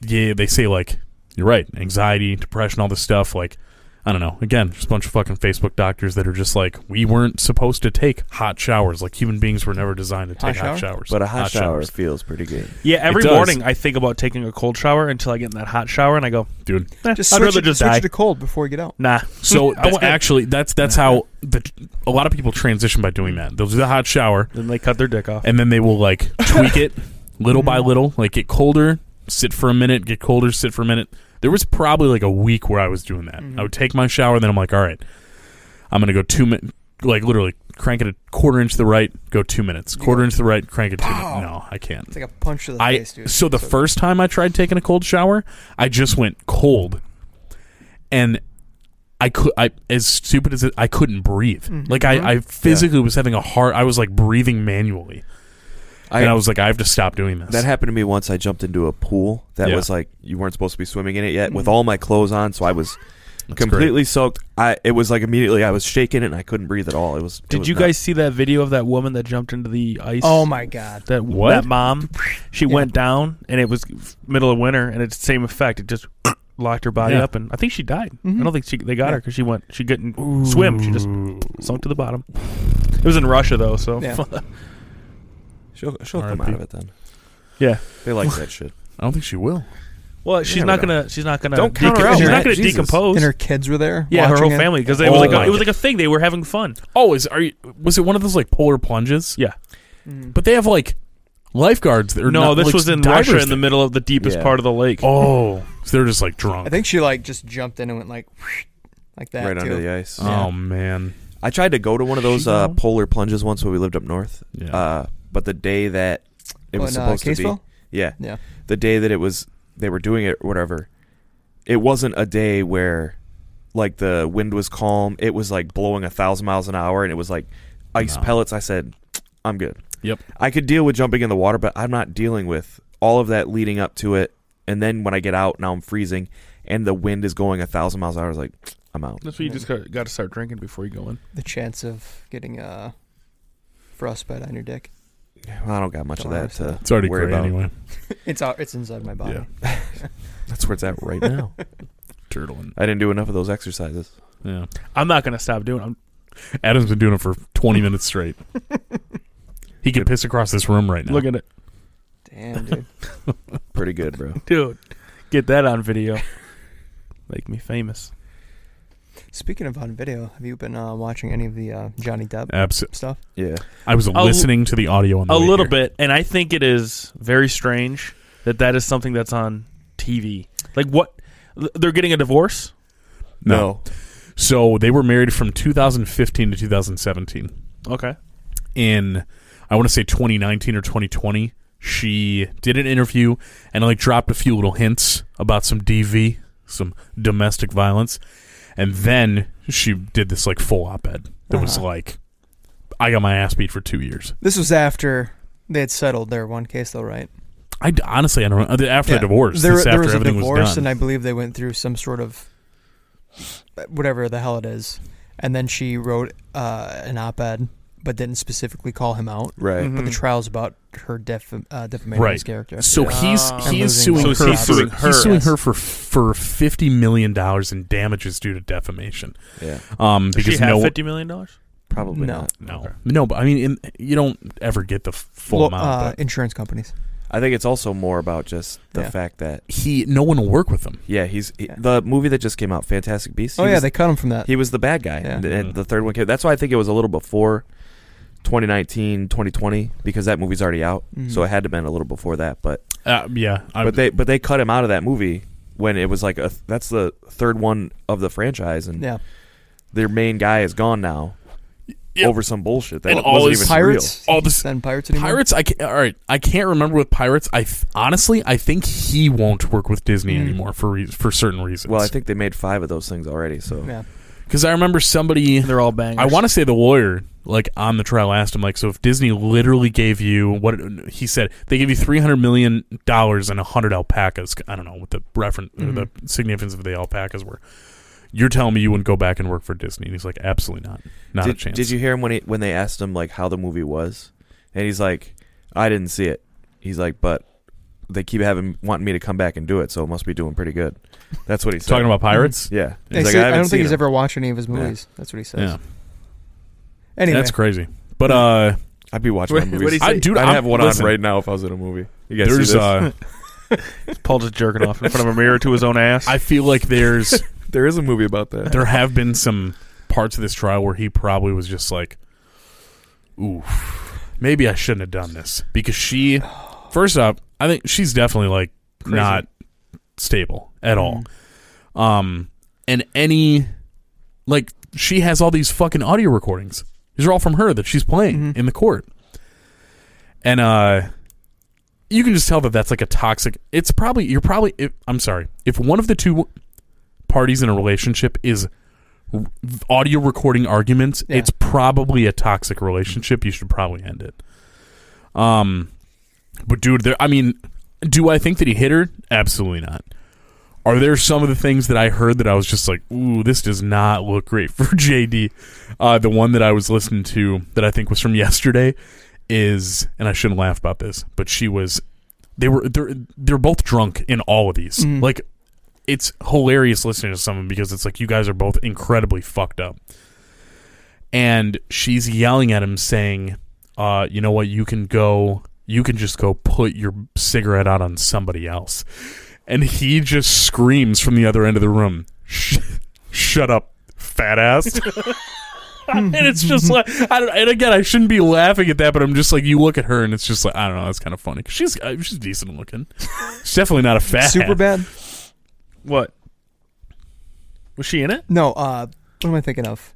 yeah, they say like you're right, anxiety, depression, all this stuff. Like, I don't know. Again, just a bunch of fucking Facebook doctors that are just like, we weren't supposed to take hot showers. Like human beings were never designed to
Hot
take
shower?
hot, showers.
But a hot, shower feels pretty good.
Yeah. Every
does.
morning, I think about taking a cold shower until I get in that hot shower, and I go,
dude.
eh,
Just
I'd
switch,
rather
it,
just
switch
die.
it to cold before you get out.
nah.
[laughs]
So
I
that's
want
actually that's that's how the a lot of people transition by doing that. They'll do the hot shower
Then they cut their dick off.
and then they will like tweak it little by little, like get colder, sit for a minute, get colder, sit for a minute. There was probably like a week where I was doing that. I would take my shower, then I'm like, all right, I'm gonna go two minutes, like literally crank it a quarter inch to the right, go two minutes, quarter inch to the right, crank it two minutes. No, I can't.
It's like a punch to the
I
face, dude.
so the first time I tried taking a cold shower, I just went cold, and I could I as stupid as it, I couldn't breathe. Like I, I physically was having a hard. I was like breathing manually. and I was like, I have to stop doing this.
That happened to me once. I jumped into a pool that
Yeah.
was like you weren't supposed to be swimming in it yet, with all my clothes on. So I was
That's
completely soaked. I it was like immediately I was shaking and I couldn't breathe at all. It was. it
Did
was
you
nuts.
guys see that video of that woman that jumped into the ice?
Oh my
[laughs]
god.
That
What?
that mom, she went down and it was middle of winter and it's the same effect. It just [coughs] locked her body
Yeah.
up and I think she died. I don't think she they got her because she went she couldn't swim. She just sunk to the bottom. It was in Russia though, so
Yeah.
She'll, she'll
RIP.
come out of it then.
Yeah.
They like that shit.
great. I don't think she will.
well, she's
Yeah,
not
but
gonna she's not gonna
Don't count her
deco-
out,
she's not
Matt.
gonna
Jesus.
decompose.
And her kids were there.
yeah, her
watching
whole
it.
family because it
Oh
was like
my
a, it was like a thing. They were having fun.
Oh, is are you? Was it one of those like polar plunges?
Yeah.
Mm.
but they have like lifeguards. That are
No,
not-
this
like,
was in
divers
Russia in the
that-
middle of the deepest
Yeah.
part of the lake.
[laughs] Oh, so they're just like drunk.
I think she like just jumped in and went like [sniffs] like [laughs] that
right
too.
under the ice.
Oh man,
I tried to go to one of those
She
uh,
gone?
polar plunges once when we lived up north.
Yeah.
Uh, but the day that it was
In, uh,
supposed to
Caseville?
be, yeah,
Yeah.
the day that it was they were doing it, or whatever. It wasn't a day where, like, the wind was calm. It was like blowing a thousand miles an hour, and it was like ice
No.
pellets. I said, I'm good.
Yep.
I could deal with jumping in the water, but I'm not dealing with all of that leading up to it. And then when I get out, now I'm freezing, and the wind is going a thousand miles an hour. I was like, I'm out.
That's what you just got to start drinking before you go in.
The chance of getting uh frostbite on your dick.
I don't got much of that to
it's already
worry
great
about.
anyway.
It's out it's inside my body.
Yeah.
That's where it's at right now.
[laughs] Turtling.
I didn't do enough of those exercises.
Yeah,
I'm not gonna stop doing. it. I'm
Adam's been doing it for twenty minutes
[laughs]
straight. He could piss across this room right now.
look at it,
Damn
[laughs]
dude.
Pretty
[laughs]
good, bro.
dude. Get that on video. Make me famous.
Speaking of on video, have you been uh, watching any of the uh, Johnny Depp
Abs-
stuff?
Yeah.
I was
l-
listening to the audio on the
a
way
little
here.
bit and i think it is very strange that that is something that's on tv like what they're getting a divorce
No. So they were married from 2015 to 2017.
okay
in I want to say 2019 or 2020. She did an interview and like dropped a few little hints about some DV, some domestic violence, and then she did this like full op-ed that was
Uh-huh.
like, "I got my ass beat for two years."
This was after they had settled their one case though, right?
I d- honestly I don't know. after
Yeah.
the divorce.
There,
this
there
after
was a
everything
divorce,
was done.
and I believe they went through some sort of whatever the hell it is. And then she wrote uh, an op-ed, but didn't specifically call him out.
Right.
Mm-hmm.
But the trial's about her def- uh, defamation of his
Right.
character.
so
Ah.
he's he is
I'm
suing
losing
her.
So he's
for,
suing her.
He's suing
Yes.
her for for fifty million dollars in damages due to defamation.
Yeah.
Um,
Does
because
she have
no,
50 million dollars [laughs]
Probably
Mm-hmm. No.
not.
No, no, but I mean, in, you don't ever get the full
Lo-
amount.
uh,
but
insurance companies.
I think it's also more about just the
Yeah.
fact that
he, no one will work with him.
yeah, he's he,
Yeah.
the movie that just came out, Fantastic Beasts.
Oh
he
yeah,
was,
they cut him from that.
he was the bad guy,
Yeah. Mm-hmm.
and, and
Mhm.
the third one came. That's why I think it was a little before 2019, 2020, because that movie's already out,
Mhm.
so it had to been a little before that. But
Uh, yeah, I,
but they but they cut him out of that movie when it was like a, that's the third one of the franchise, and
yeah,
their main guy is gone now
Yeah.
over some bullshit that
And
wasn't
all his
even real.
pirates.
All this-
then pirates anymore.
pirates. I can't, all right. I can't remember with pirates. I th- honestly, I think he won't work with Disney
Mm.
anymore for re- for certain reasons.
Well, I think they made five of those things already. So
Yeah,
because I remember somebody.
they're all bangers
I want to say the lawyer, like on the trial, asked him like, so if Disney literally gave you what he said, they gave you three hundred million dollars and hundred alpacas. I don't know what the reference or
Mhm.
the significance of the alpacas were. You're telling me you wouldn't go back and work for Disney? And he's like, absolutely not, not
did,
a chance.
did you hear him when he, when they asked him like how the movie was, and he's like, I didn't see it. He's like, but they keep having wanting me to come back and do it, so it must be doing pretty good. That's what he's
talking about pirates?
Yeah,
They
He's like,
say- I,
haven't
don't
seen
think he's
him."
ever watched any of his movies. That's what he says.
Yeah,
Anyway,
that's [laughs] crazy. But uh,
I'd be watching
What-
my
what'd he
movies.
say?
I, dude, I'd
I'm-
have one
listen.
on right now if I was in a movie. You guys
there's
see this?
uh,
paul just jerking off in front of a mirror to his own ass
I feel like
[laughs]
there's
there is a movie about that.
there have been some parts of this trial where he probably was just like, "Ooh, maybe I shouldn't have done this." Because she, first up, I think she's definitely like
Crazy.
not stable at all. Um, and any like she has all these fucking audio recordings. These are all from her that she's playing
Mhm.
in the court, and uh. You can just tell that that's like a toxic. It's probably you're probably. If, I'm sorry. If one of the two parties in a relationship is r- audio recording arguments,
Yeah.
it's probably a toxic relationship. You should probably end it. Um, But dude, there. I mean, do I think that he hit her? Absolutely not. Are there some of the things that I heard that I was just like, "Ooh, this does not look great for [laughs] JD"? Uh, the one that I was listening to that I think was from yesterday is, and I shouldn't laugh about this, but she was. They were they're they're both drunk in all of these.
Mhm.
Like, it's hilarious listening to someone because it's like you guys are both incredibly fucked up. And she's yelling at him, saying, uh, you know what, you can go you can just go put your cigarette out on somebody else. And he just screams from the other end of the room, "Sh- shut up, fat ass. [laughs] and it's just like, I don't, and again, I shouldn't be laughing at that, but I'm just like, you look at her and it's just like, I don't know, that's kind of funny. 'Cause She's, uh, she's decent looking. She's definitely not a fat
Super bad?
What? Was she in it?
No, uh, what am I thinking of?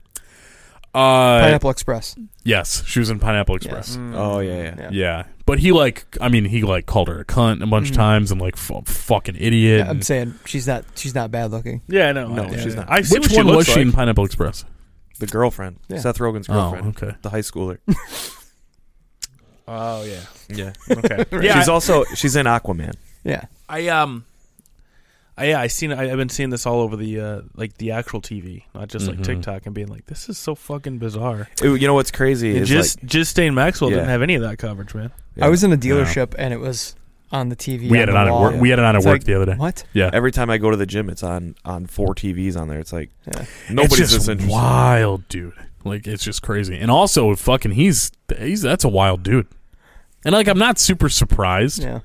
Uh,
Pineapple Express.
yes, she was in Pineapple Express.
Oh yeah, yeah.
Yeah.
Yeah, but he like, I mean, he like called her a cunt a bunch of times and like f- fucking idiot.
Yeah, I'm
and-
saying she's not she's not bad looking.
Yeah, no,
No, she's not.
I see
Which
what
one
she
was
looks
she in
like.
Pineapple Express?
The girlfriend,
Yeah.
Seth Rogen's girlfriend,
Oh, okay.
the high schooler.
Oh yeah.
yeah,
Okay.
she's also she's in Aquaman.
Yeah.
I um, I, yeah, I seen. I, I've been seeing this all over the uh, like the actual TV, not just
Mhm.
like TikTok, and being like, this is so fucking bizarre.
It- you know what's crazy
And
is
just just Stain Maxwell didn't
Yeah.
have any of that coverage, man.
Yeah.
I was in a dealership and it was on the TV.
we had it
the
on at
wall.
work. We had it on at
It's
work
like,
the other day.
What?
Yeah,
like every time I go to the gym, it's on on four TVs on there. It's like
Yeah.
it's
nobody's this
just
interested.
wild, dude. Like it's just crazy. And also, fucking, he's he's that's a wild dude. And like, I'm not super surprised,
Yeah.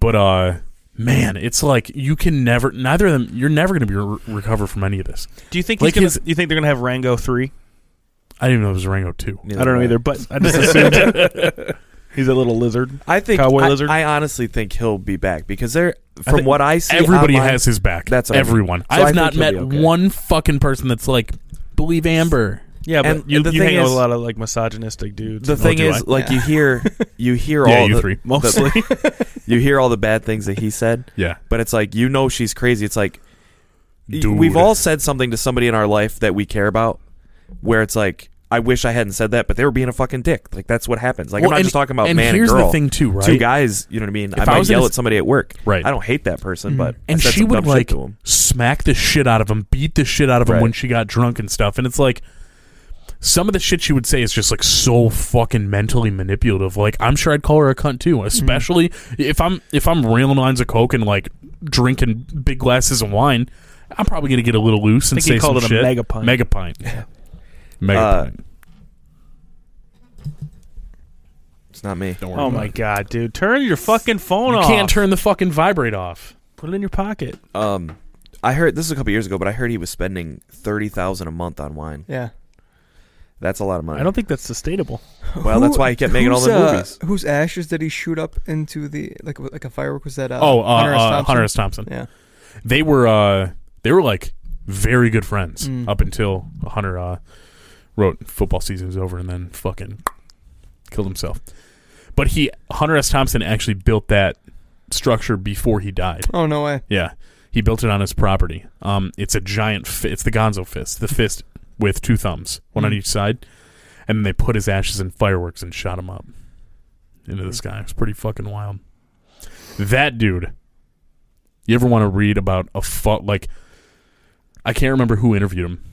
but uh, man, it's like you can never neither of them. You're never gonna be re- recover from any of this.
Do you think he's
Like
gonna,
his-
you think they're gonna have Rango three?
I didn't even know it was Rango too.
Neither
I don't know
way.
either, but I just assumed he's a little lizard.
I think
Cowboy
I,
lizard?
I honestly think he'll be back because they're from
think
what I see.
Everybody
online-
has his back.
That's what I mean.
everyone.
So I
I've
think
not
he'll
met
be okay.
one fucking person that's like believe Amber.
Yeah, but
And-
you,
and the
you
thing
hang out with
is-
a lot of like misogynistic dudes.
The thing
do
is,
I.
like you
[laughs]
hear, you hear
Yeah,
all
you
the,
three.
mostly. [laughs] you hear all the bad things that he said,
Yeah,
but it's like you know she's crazy. It's like y-
Dude.
we've all said something to somebody in our life that we care about, where it's like I wish I hadn't said that, but they were being a fucking dick. Like that's what happens. Like
Well,
I'm not
and-
just talking about
and
man
here's
and
the
girl.
thing too, right?
Two guys, you know what I mean. I
If I
might
was in
yell
his-
at somebody at work.
Right. Mm.
I don't hate that person,
Mhm.
but I
and
said
she
some
would
dumb shit
like
to him.
smack the shit out of him, beat the shit out of him
Right.
when she got drunk and stuff. And it's like some of the shit she would say is just like so fucking mentally manipulative. Like I'm sure I'd call her a cunt too, especially if I'm if I'm railing lines of coke and like drinking big glasses of wine. I'm probably gonna get a little loose and
think he
say
called
some
it a
shit.
mega pint.
Mega pint. Mega
Uh,
pint.
It's not me.
Don't worry
oh
about
my
it.
god, dude! Turn your fucking phone
You
off.
can't turn the fucking vibrate off.
Put it in your pocket.
Um, I heard this is a couple years ago, but I heard he was spending thirty thousand a month on wine.
Yeah.
That's a lot of money.
I don't think that's sustainable.
well, that's why he kept making all
Whose,
the
uh,
movies.
Whose ashes did he shoot up into the like like a firework? Was that uh,
oh, uh,
Hunter S.
uh,
Thompson?
Hunter S. Thompson.
Yeah.
they were uh they were like very good friends
Mm.
up until Hunter uh wrote football season was over and then fucking killed himself. But he Hunter S. Thompson actually built that structure before he died.
Oh no way.
Yeah, he built it on his property. Um, it's a giant. Fi- it's the Gonzo fist, the fist with two thumbs, one on
Mm.
each side, and then they put his ashes in fireworks and shot him up into the sky. It's pretty fucking wild. That dude. You ever want to read about a fu- like? I can't remember who interviewed him,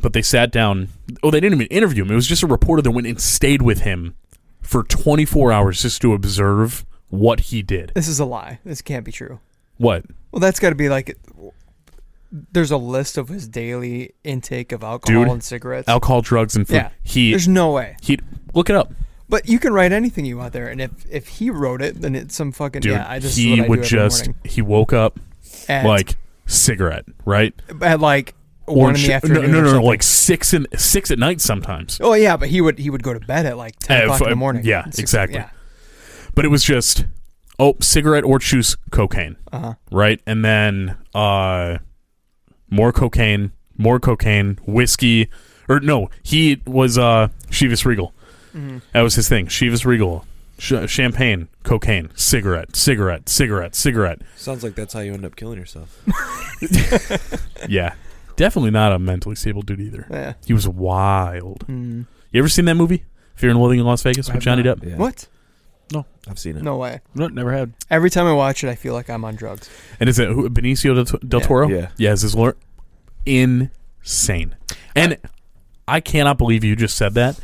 but they sat down. Oh, they didn't even interview him. It was just a reporter that went and stayed with him for 24 hours just to observe what he did.
[laughs] This is a lie. This can't be true.
What?
Well, that's got to be like. There's a list of his daily intake of alcohol
Dude,
and cigarettes.
Alcohol, drugs, and food.
Yeah.
He
There's no way.
He look it up,
But you can write anything you want there, and if if he wrote it, then it's some fucking
dude.
yeah. I just
he
is what I do
would
every
just
morning.
he woke up
At-
like cigarette, right?
at like one in the
Orange- no,
afternoon.
no,
or
no,
something.
like six and six at night sometimes.
Oh yeah, but he would he would go to bed at like ten
Uh,
o'clock in
f-
the morning.
yeah,
Six-
exactly.
yeah.
But it was just oh, cigarette or choose cocaine,
Uh-huh.
right? And then uh, more cocaine, more cocaine, whiskey, or no, he was uh Chivas Regal.
Mm-hmm.
That was his thing. Chivas Regal, sh- champagne, cocaine, cigarette, cigarette, cigarette, cigarette.
Sounds like that's how you end up killing yourself.
yeah. Definitely not a mentally stable dude either.
Yeah.
He was wild.
Mm.
You ever seen that movie? Fear and Loathing in Las Vegas
I
with
have
Johnny
not.
Depp?
Yeah.
What?
I've seen it.
No way.
No, never had.
Every time I watch it, I feel like I'm on drugs.
And is it who- Benicio del, del
Yeah.
Toro?
Yeah.
Yeah, is this lore insane? And I cannot believe you just said that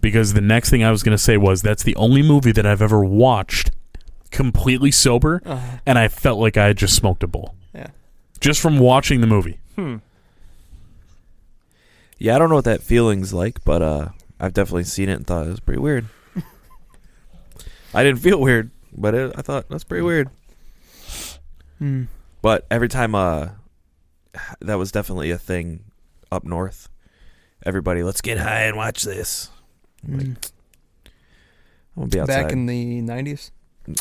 because the next thing I was going to say was that's the only movie that I've ever watched completely sober,
Uh,
and I felt like I had just smoked a bowl.
Yeah.
Just from watching the movie.
Hmm.
Yeah, I don't know what that feeling's like, but uh, I've definitely seen it and thought it was
[laughs]
pretty weird. I didn't feel weird, but it, I thought that's pretty weird.
mm.
But every time, uh, that was definitely a thing up north. Everybody, let's get high and watch this. I'm like,
Mm.
I'm gonna be outside.
Back in the '90s.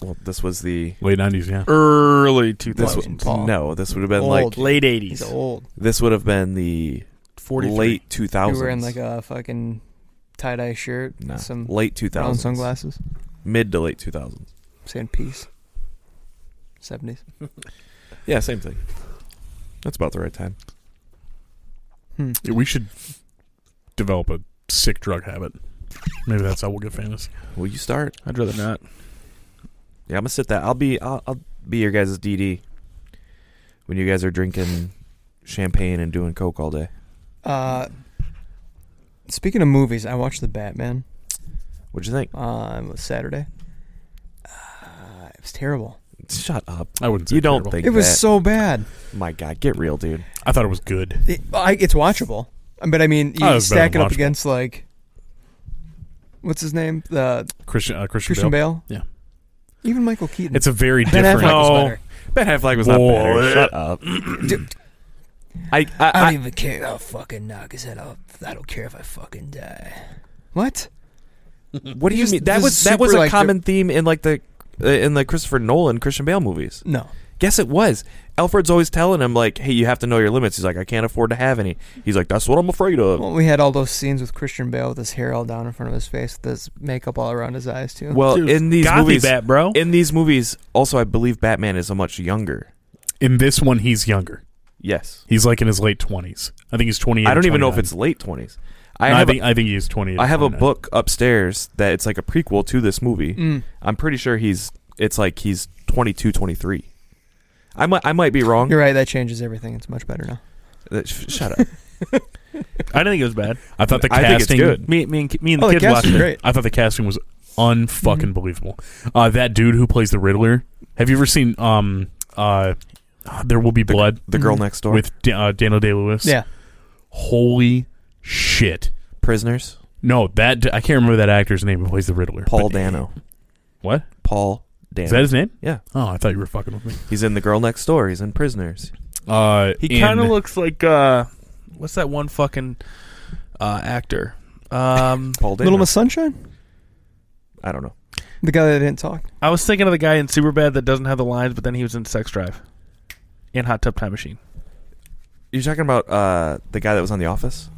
well, this was the
Late 90s, yeah.
Early
this
2000s.
was,
Watching Paul.
no. This would have been
Old.
like
Late 80s.
He's old.
this would have been the
43.
late two
You
thousands.
were in like a fucking tie-dye shirt, some
late two
brown
thousands,
sunglasses,
mid to late two thousands.
saying peace. Seventies.
Yeah, same thing. That's about the right time.
Hmm.
Yeah, We should develop a sick drug habit. Maybe that's how we'll get famous.
Will you start?
I'd rather not.
Yeah, I'm gonna sit that. I'll be I'll, I'll be your guys' DD when you guys are drinking champagne and doing coke all day.
Uh, speaking of movies, I watched The Batman
What'd you think?
on it was Saturday. Uh, it was terrible.
Shut up.
I wouldn't say
You don't
terrible.
think
It was
that.
so bad.
My God, get real, dude.
I thought it was good.
It, I, it's watchable, but I mean, you
Oh, it's better
stack it
than
up
watchable.
against like, what's his name, the
Christian, uh, Christian,
Christian
Bale.
Bale.
Yeah.
Even Michael Keaton.
It's
[laughs]
a very
Ben
different.
Affleck was
No.
better.
Ben Affleck was
Whoa.
not better. Shut up.
Dude,
I, I,
I don't
I,
even care. I'll fucking knock his head off. I don't care if I fucking die. What?
what do you
Just-
mean? That
this
was
is
that was
super,
a
like,
common theme in like the uh, in the Christopher Nolan Christian Bale movies.
No.
Guess it was. Alfred's always telling him like, "Hey, you have to know your limits." He's like, "I can't afford to have any." He's like, "That's what I'm afraid of."
Well, we had all those scenes with Christian Bale with his hair all down in front of his face, with his makeup all around his eyes too.
Well,
Dude,
in these
Gothy
movies,
Bat, bro.
in these movies, also I believe Batman is a much younger.
In this one, he's younger.
Yes,
He's like in his late twenties. I think he's twenty eight.
I don't even know if it's late twenties. I
I,
have
think I think he's twenty eight.
a, I have a book upstairs that it's like a prequel to this movie.
Mm.
I'm pretty sure he's it's like he's 22, 23. I might I might be wrong.
You're right. That changes everything. It's much better now.
Uh, sh- Shut up.
I didn't think it was bad.
I thought the
I think it's
casting.
good.
Me, me, and, me and the
Oh, the
kids watched
casting's
it.
great. Hmm.
I thought the casting was unfucking believable. Uh, that dude who plays the Riddler. Have you ever seen um uh, There Will Be
The-
Blood
The girl next door
with Da- uh, Daniel Day Lewis?
Yeah.
Holy shit!
prisoners.
No, that I can't remember that actor's name who plays the Riddler.
Paul
But-
Dano.
What
Paul Dano.
is that his name?
yeah,
Oh, I thought you were fucking with me.
he's in the girl next door. He's in prisoners.
Uh,
He
in-
kind of looks like uh, what's that one fucking uh, actor? Um,
Paul Dano.
Little Miss Sunshine,
I don't know.
the guy that didn't talk.
I was thinking of the guy in Superbad that doesn't have the lines, but then he was in Sex Drive and Hot Tub Time Machine.
You're talking about uh, the guy that was on The Office,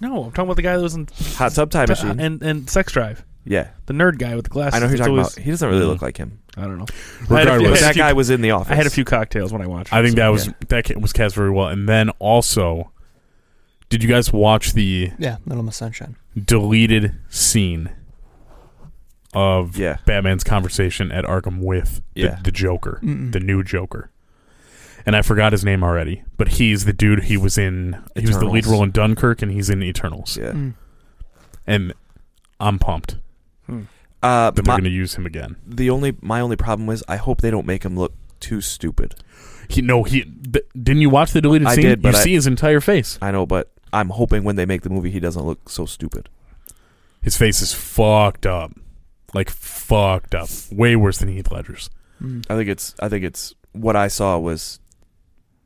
No, I'm talking about the guy that was in
Hot Tub Time Machine.
and and Sex Drive.
yeah,
The nerd guy with the glasses.
I know who you're
that's
talking
always-
about. He doesn't really
Mm.
look like him.
I don't know.
Regardless.
I had a
that
few,
guy was in the office.
I had a few cocktails when I watched.
I
it,
think
so-
that was
Yeah.
that ca- was cast very well. And then also, did you guys watch the
Yeah, Little Miss Sunshine.
deleted scene of
Yeah.
Batman's conversation at Arkham with the,
Yeah. Mm-hmm.
the Joker,
Mm-mm.
the new Joker? And I forgot his name already, but he's the dude. He was in. He was the lead
Eternals.
role in Dunkirk, and he's in Eternals.
Yeah.
Mm.
And I'm pumped
Uh,
that
my,
they're going to use him again.
the only my only problem was I hope they don't make him look too stupid.
He no, he th- didn't you watch the deleted
I
scene?
did, but
you
I-
see his entire face.
I know, but I'm hoping when they make the movie, he doesn't look so stupid.
His face is fucked up, like fucked up, way worse than Heath Ledger's.
Mm.
I think it's I think it's what I saw was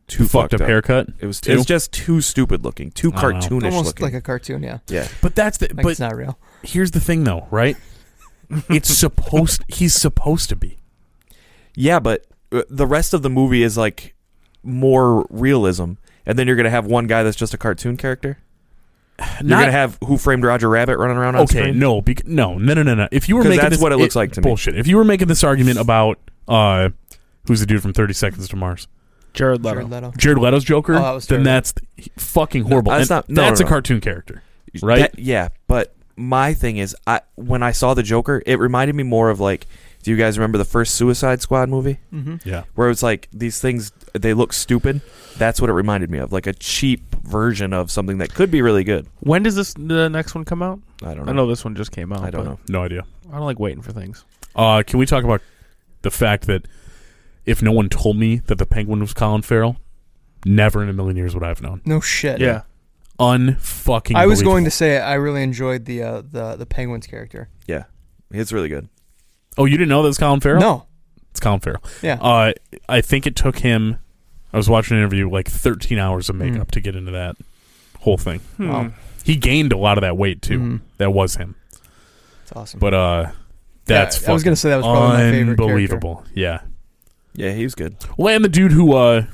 too fucked, up.
haircut.
It was
too?
it's just too stupid looking, too
I don't know.
cartoonish
Almost
looking.
like a cartoon. Yeah,
yeah,
But that's the.
like
but
it's not real.
here's the thing, though,
[laughs]
right? it's supposed. He's supposed to be.
yeah, but uh, the rest of the movie is like more realism, and then you're gonna have one guy that's just a cartoon character. You're
Not-
gonna have Who Framed Roger Rabbit running around on
okay.
screen.
No. Bec- no. No. No. No. No. If you were
'Cause
making
that's
this,
what it looks like to me.
bullshit. If you were making this argument about uh, who's the dude from Thirty Seconds to Mars,
Jared Leto.
Jared Leto.
Jared Leto's Joker,
Oh, that was
then
terrible.
that's th- fucking horrible.
that's
And
not- no,
that's
no,
a
no.
cartoon character, right?
That- yeah, but my thing is, I when I saw the Joker, it reminded me more of like, do you guys remember the first Suicide Squad movie?
hmm
Yeah.
where it's like these things they look stupid. That's what it reminded me of, like a cheap version of something that could be really good.
When does this the next one come out?
I don't
I
know.
know this one just came out.
I don't
but
know.
No idea.
I don't like waiting for things.
Uh, can we talk about the fact that if no one told me that the Penguin was Colin Farrell, never in a million years would I have known.
No shit.
Yeah.
Unfucking.
I was going to say I really enjoyed the uh, the the penguins character.
Yeah, it's really good.
Oh, you didn't know that was Colin Farrell?
No.
it's Colin Farrell.
Yeah.
Uh, I think it took him. I was watching an interview like 13 hours of makeup
Mm.
to get into that whole thing.
Wow.
He gained a lot of that weight too.
Mhm.
That was him.
It's awesome.
But uh, that's
yeah, I was
fucking
gonna say that was probably my favorite character.
unbelievable. Yeah.
Yeah, he was good.
Well, and the dude who uh,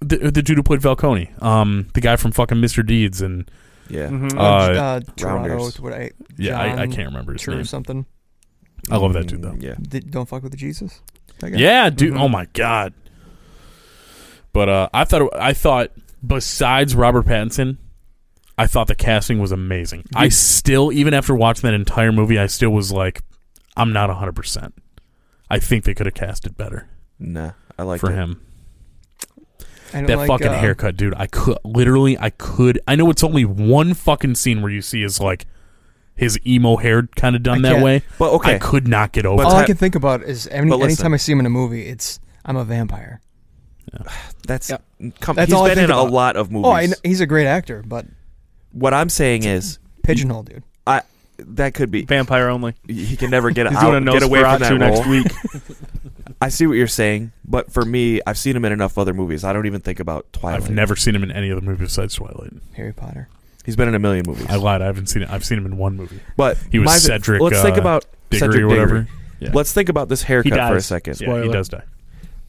the, the dude who played Falcone, um, the guy from fucking Mr. Deeds and
Yeah,
Mhm.
Uh, uh, Toronto,
Rounders.
it's what I,
yeah, I, I
John
can't remember his
Tur-
name.
something.
I love that dude though.
Mm, Yeah,
Di- don't fuck with the Jesus. That guy?
Yeah, dude.
Mhm.
Oh my god. But uh, I thought I thought besides Robert Pattinson, I thought the casting was amazing. I still, even after watching that entire movie, I still was like, I'm not 100. percent I think they could have casted better
nah, I like
for
it.
him.
I don't
That
like,
fucking
uh,
haircut, dude. I could literally, I could. I know it's only one fucking scene where you see is like his emo hair kind of done
I
that
can't-
way.
But okay,
I could not get over.
But
All I
it.
ti-
can think about is any,
But listen.
anytime I see him in a movie, it's I'm a vampire.
that's come,
That's
he's
all I
been
think
in a
about.
lot of movies.
Oh, I know, he's a great actor, but
What I'm saying is
pigeonhole, dude.
I that could be
Vampire only.
he can never
[laughs]
get
He's
out
doing a
get away from that
Nosferatu next
role.
week.
I see what you're saying, but for me, I've seen him in enough other movies. I don't even think about Twilight.
I've never seen him in any other movie besides Twilight.
Harry Potter.
He's been in a million movies.
I lied. I haven't seen it. I've seen him in one movie.
but
He was
my-
Cedric,
Let's think
uh,
about
Diggory
Cedric
or whatever.
Diggory.
Yeah.
Let's think about this haircut for a
dies.
second.
Yeah, he
Spoiler.
does die.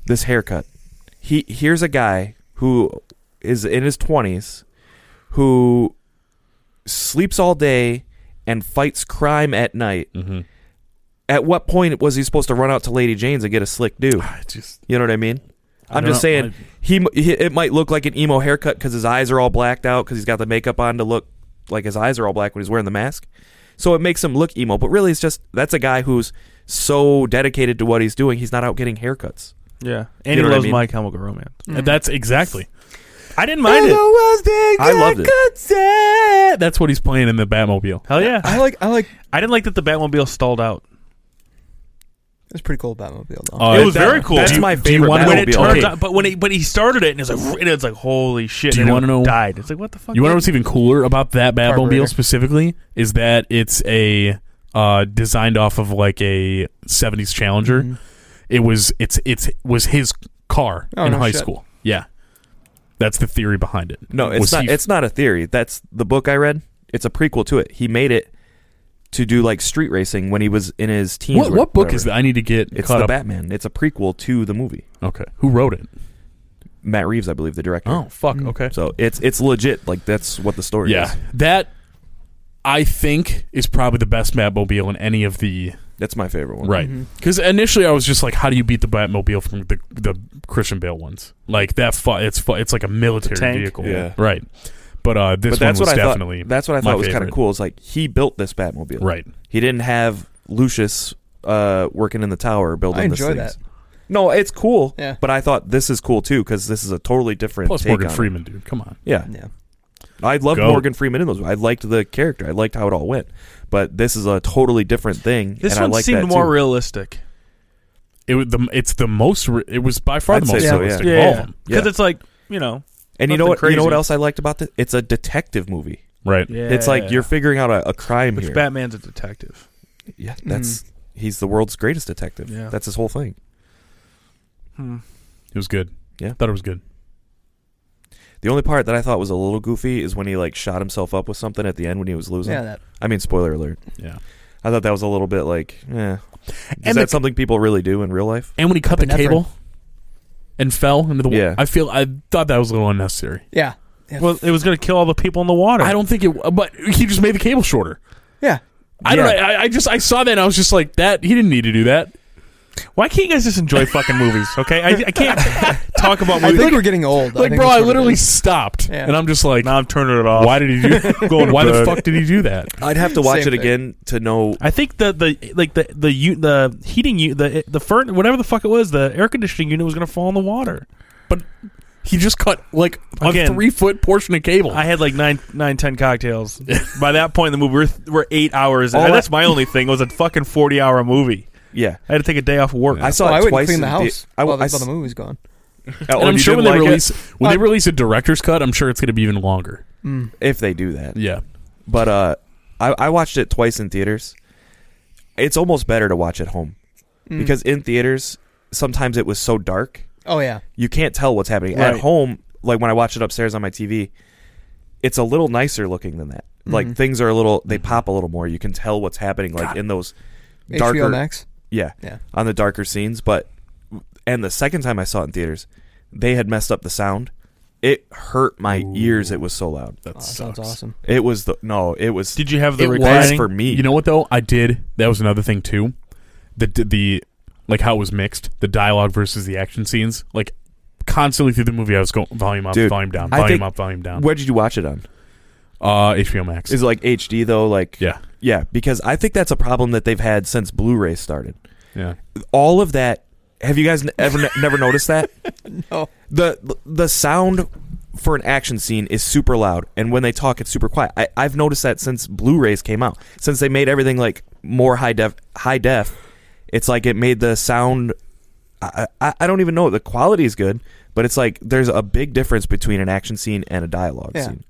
this haircut. He here's a guy who is in his twenties, who sleeps all day and fights crime at night.
Mm-hmm.
At what point was he supposed to run out to Lady Jane's and get a slick do?
I just,
You know what I mean?
I
I'm
don't
just
know.
saying he, m- he it might look like an emo haircut because his eyes are all blacked out because he's got the makeup on to look like his eyes are all black when he's wearing the mask. So it makes him look emo, but really it's just that's a guy who's so dedicated to what he's doing, he's not out getting haircuts.
Yeah.
You
And he
know what I
loves
mean?
My Chemical Romance.
Uh, That's
Mm.
exactly. I didn't
I
mind it.
I loved it.
Eh, That's what he's playing in the Batmobile.
Hell yeah.
I like. I like.
I didn't like that the Batmobile stalled out.
It's pretty cool Batmobile though.
Uh,
It was very cool.
That's
Do you-
my
do you
favorite
wanna-
Batmobile.
When
when
it
Batmobile.
turned
Okay.
out, but when he but he started it and it's like and it's like holy shit.
Do
and
you
it
wanna know-
Died. It's like what the fuck?
You want to know what's even cooler about that
Oh, Carburetor.
Batmobile specifically is that it's a uh, designed off of like a '70s Challenger.
Mhm.
It was it's it's was his car
Oh,
in
no
high
shit.
school. Yeah, that's the theory behind it.
No, it's
Was
not.
he-
it's not a theory. That's the book I read. It's a prequel to it. He made it to do like street racing when he was in his teens.
what
or
what book is that?
whatever.
I need to get
It's
caught
the
up.
Batman. It's a prequel to the movie.
okay, who wrote it?
Matt Reeves, I believe, the director.
Oh fuck.
Mm.
Okay.
So it's it's legit. Like that's what the story
Yeah,
is.
that I think is probably the best Batmobile in any of the
That's my favorite one.
right.
Mhm.
Because initially I was just like, how do you beat the Batmobile from the the Christian Bale ones? Like that, fu- it's fu- it's like a military
tank?
vehicle,
Yeah.
right? But uh, this
but that's
one
what
was
I
definitely
thought. That's what I
my
thought was kind of
favorite.
cool. It's like he built this Batmobile.
right.
He didn't have Lucius uh, working in the tower building.
I enjoy
this
that.
things. No, it's cool.
Yeah.
But I thought this is cool too because this is a totally different.
Plus
take
Morgan
on it.
Freeman, dude, come on.
Yeah.
Yeah.
I loved
Go.
Morgan Freeman in those. I liked the character. I liked how it all went. But this is a totally different thing.
This
and
one
I like
seemed
that
more
too.
realistic.
It was the it's the most. Re- it was by far
I'd
the
say
most
so, yeah.
realistic of all of
Yeah.
them,
Because
Yeah.
it's like, you know,
And you know
nothing
what? You know what
crazy.
else I liked about this? It's a detective movie.
right?
It's like you're figuring out a, a crime
Which
here.
Batman's a detective.
yeah, that's he's the world's greatest detective.
Yeah.
That's his whole thing.
Hmm.
It was good.
Yeah.
thought it was good.
The only part that I thought was a little goofy is when he like shot himself up with something at the end when he was losing.
Yeah. That.
I mean, spoiler alert.
Yeah.
I thought that was a little bit like, eh. Is
And
that
the-
something people really do in real life?
And when he cut the
Epinephrine.
cable and fell into the,
Yeah.
I feel I thought that was a little unnecessary.
Yeah. Yeah.
Well, it was going to kill all the people in the water.
I don't think it, but he just made the cable shorter.
yeah.
I don't know.
Yeah.
I, I just I saw that and I was just like that. He didn't need to do that.
Why can't you guys just enjoy fucking movies? Okay, I, I can't talk about
I
movies.
think we're getting old.
Like,
think
bro,
that's what
I
it
literally
is.
stopped,
Yeah.
and I'm just like,
now I'm turning it off.
why did he do?
Going to
why the
bed.
fuck did he do that?
I'd have to watch
Same
it
thing.
again to know.
I think the the like the the u- the heating u- the the furn whatever the fuck it was the air conditioning unit was gonna fall in the water.
He just cut like a
Again.
three foot portion of cable.
I had like nine nine ten cocktails. By that point in the movie, we're, we're eight hours. in.
All I-
that's my only thing was a fucking forty hour movie.
Yeah,
I had to take a day off work.
I saw
Well,
it
Oh, I wouldn't
twice.
clean
in
the house
I,
while, the,
I,
while the movie's gone.
oh,
and I'm
you
sure when they
didn't like it?
release when they
Uh,
release a director's cut, I'm sure it's going to be even longer.
if they do that.
Yeah,
But uh, I, I watched it twice in theaters. It's almost better to watch at home
Mm.
because in theaters sometimes it was so dark
oh yeah,
you can't tell what's happening at
Right.
home. Like when I watch it upstairs on my TV, it's a little nicer looking than that. Like
Mhm.
things are a little they pop a little more. You can tell what's happening like in those darker
HBO Max.
yeah,
Yeah. Oh,
on the darker scenes. But and the second time I saw it in theaters, they had messed up the sound. It hurt my ears. It was so loud.
that
Oh, that
sucks.
sounds awesome.
It was the no. It was
Did you have the
It was
as
reclining?
for me.
You know what though? I did. That was another thing too. The the like how it was mixed, the dialogue versus the action scenes. Like constantly through the movie, I was going volume up,
Dude,
volume down,
I
volume
think-
up, volume down.
Where did you watch it on?
Uh, HBO Max.
Is it like HD though? Like
yeah,
yeah, because I think that's a problem that they've had since Blu-ray started.
yeah.
all of that. Have you guys n- ever n- never noticed that?
[laughs] No.
The the sound for an action scene is super loud, and when they talk, it's super quiet. I, I've noticed that since Blu-rays came out, since they made everything like more high def, high def, it's like it made the sound. I, I, I don't even know the quality is good, but it's like there's a big difference between an action scene and a dialogue
Yeah.
scene.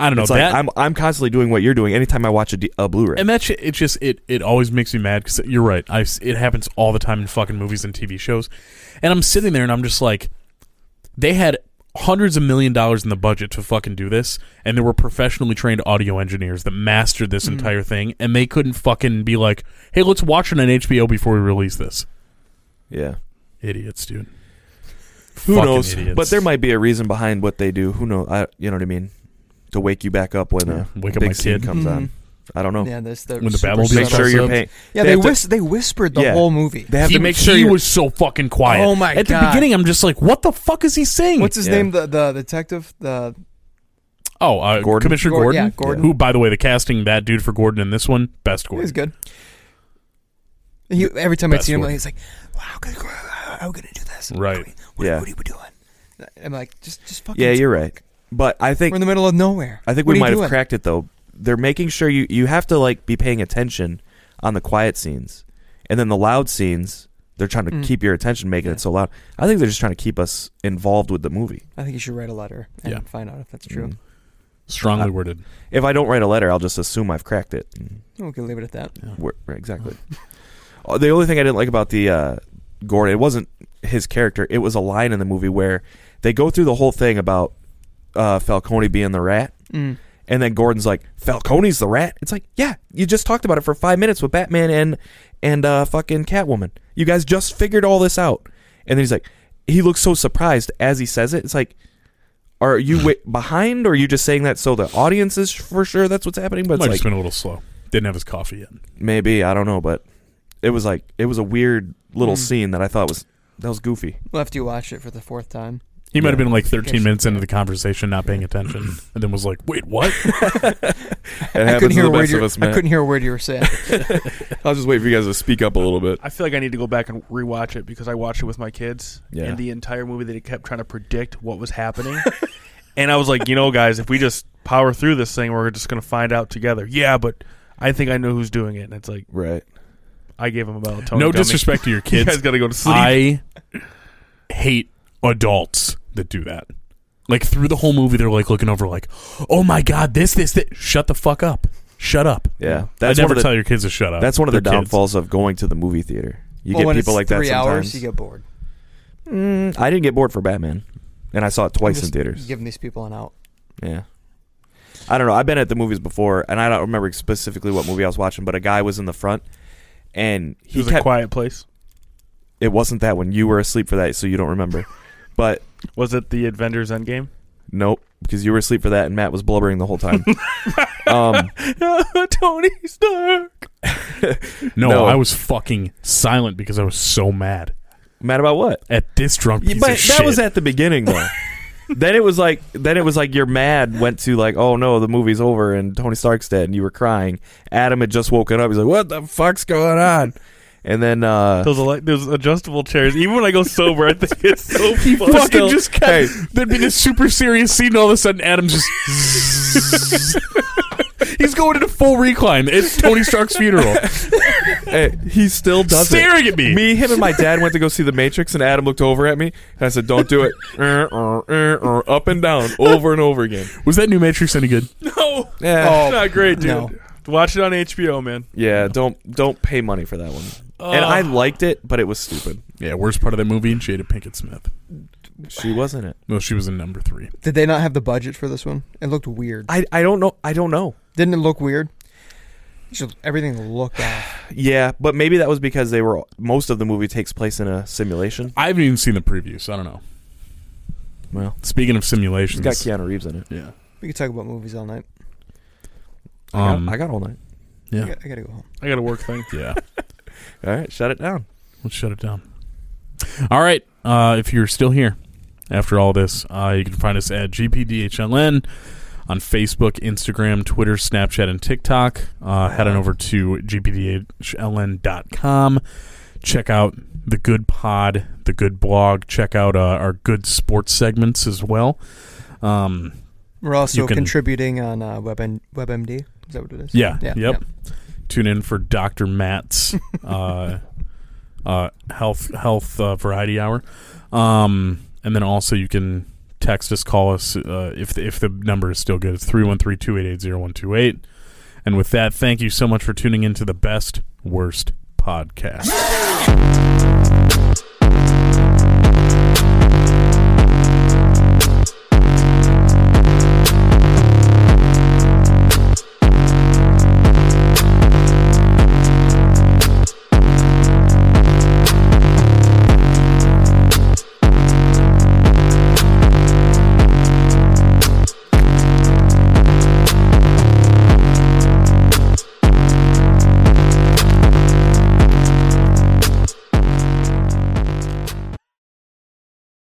I don't know.
It's like
that,
I'm I'm constantly doing what you're doing anytime I watch a, D, a Blu-ray.
and that shit, it just it it always makes me mad because you're right. I it happens all the time in fucking movies and TV shows, and I'm sitting there and I'm just like, they had hundreds of million dollars in the budget to fucking do this, and there were professionally trained audio engineers that mastered
Hmm.
this entire thing, and they couldn't fucking be like, hey, let's watch it on HBO before we release this.
yeah.
Idiots, dude.
Who
Fucking
knows?
idiots.
But there might be a reason behind what they do. Who knows? I, you know what I mean? To wake you back up when
Yeah,
a
wake up
big
my
scene
kid.
comes on.
Mhm.
I don't know.
Yeah, there's the
When the
super
Babel
subtle-
Make
Shut
sure
us
you're
up.
paying.
Yeah,
they
they
have to-
whis- they whispered the
Yeah.
whole movie.
They have
he,
to make
he
sure you're-
was so fucking quiet.
Oh my
At the
God.
beginning, I'm just like, what the fuck is he saying?
What's his
Yeah.
name? The the detective. The
Oh, uh,
Gordon?
Commissioner
Gor-
Gordon.
yeah, Gordon.
Who, by the way, the casting that dude for Gordon in this one, best
he
Gordon.
was good. He, every time I'd
Best
see him,
one.
he's like, "Wow, how could- how are we gonna do this?
Right.
What,
Yeah.
what are you doing?" I'm like, "Just just fucking."
yeah, you're right. But I
We're in
think
the middle of nowhere.
I think
What
we
are you
might have
doing?
cracked it though. They're making sure you you have to like be paying attention on the quiet scenes, and then the loud scenes. They're trying to
Mm.
keep your attention, making
Yeah.
it so loud. I think they're just trying to keep us involved with the movie.
I think you should write a letter and
Yeah.
find out if that's true.
Mm.
Strongly
Uh,
worded.
If I don't write a letter, I'll just assume I've cracked it. Mm.
We can leave it at that.
Wor- right, exactly. Oh, the only thing I didn't like about the uh, Gordon, it wasn't his character. It was a line in the movie where they go through the whole thing about uh, Falcone being the rat,
Mm.
and then Gordon's like, "Falcone's the rat." It's like, yeah, you just talked about it for five minutes with Batman and and uh, fucking Catwoman. You guys just figured all this out, and then he's like, he looks so surprised as he says it. It's like. Are you wait behind, or are you just saying that so the audience is for sure that's what's happening? But
Might
it's
have
like,
just been a little slow. Didn't have his coffee yet.
Maybe I don't know, but it was like it was a weird little
Mm.
scene that I thought was that
[laughs]
was goofy.
We'll have to watch it for the fourth time.
He might
Yeah.
have been like 13
Guess-
minutes into the conversation, not paying attention,
[laughs]
and then was like, wait, what?
It
I couldn't
happens to
hear
the
a word.
best of
you
us,
I
man.
couldn't hear a word you were
[laughs]
saying.
I'll just wait for you guys to speak up a little bit.
I feel like I need to go back and rewatch it because I watched it with my kids.
Yeah.
And the entire movie they kept trying to predict what was happening. [laughs] and I was like, you know, guys, if we just power through this thing, we're just going to find out together. Yeah, but I think I know who's doing it. And it's like,
Right.
I gave him a melatonin.
no
gummy.
disrespect
[laughs]
to your
[laughs] You guys
kids.
got to go to sleep.
I hate adults that do that. Like through the whole movie, they're like looking over, like, "Oh my god, this, this, this." Shut the fuck up. Shut up.
Yeah.
I
That's one
never
of the
tell your kids to shut up.
that's one of the
They're kids.
downfalls of going to the movie theater. You
well,
get
when
people
it's
like that
three
sometimes.
hours, you get bored.
Mm, I didn't get bored for Batman, and I saw it twice
I'm
in
just
theaters.
Giving these people an out.
Yeah. I don't know. I've been at the movies before, and I don't remember specifically what movie I was watching, but a guy was in the front, and
It
he
was a
kept.
quiet place.
it wasn't that one. You were asleep for that, so you don't [laughs] remember. but
Was it the Avengers Endgame?
Nope, because you were [laughs] asleep for that, and Matt was blubbering the whole time. um,
Tony Stark.
No,
No.
I was fucking silent because I was so mad
Mad about what?
at this drunk piece
Yeah, but
of
that
shit.
was at the beginning [laughs] though. then it was like then it was like your mad went to like oh no the movie's over and Tony Stark's dead and you were crying. Adam had just woken up. He's like what the fuck's going on? And then uh,
Those, ele- those adjustable chairs. Even when I go sober, I think it's so
He
fun.
fucking
Still-
just kept.
Hey.
There'd be this super serious scene, and all of a sudden, Adam's just. [laughs] He's going into full recline. It's Tony Stark's funeral.
eh, he still does it.
Staring at me.
Me, him, and my dad went to go see The Matrix, and Adam looked over at me, and I said, "Don't [laughs] do it." Er, er, er, er, up and down, over and over again.
Was that new Matrix any good?
no,
Yeah,
it's not great, dude.
no.
Watch it on HBO, man.
yeah. Don't don't pay money for that one. And I liked it, but it was stupid.
Yeah, worst part of that movie, Jada Pinkett Smith.
She wasn't it.
No, she was in number three.
Did they not have the budget for this one? It looked weird.
I I don't know. I don't know.
Didn't it look weird? Just everything looked off.
Yeah, but maybe that was because they were most of the movie takes place in a simulation.
I haven't even seen the preview, so I don't know.
Well,
Speaking of simulations,
it's got Keanu Reeves in it.
yeah,
We could talk about movies all night.
I got-
um,
I got all night.
I,
yeah,
got, I gotta go home.
I got a work thing.
yeah.
All right, shut it down.
Let's shut it down. All right. Uh, if you're still here after all this, uh, you can find us at GPDHLN on Facebook, Instagram, Twitter, Snapchat, and TikTok. Uh, head on over to GPDHLN.com. Check out the good pod, the good blog. Check out uh, our good sports segments as well. Um,
We're also
You can-
contributing on uh, WebM- WebMD. Is that what it is?
Yeah. Yep. Tune in for Doctor Matt's uh, [laughs] uh, health health uh, variety hour, um, and then also you can text us, call us uh, if the, if the number is still good. It's 313-288-0128. And with that, thank you so much for tuning in to the best worst podcast.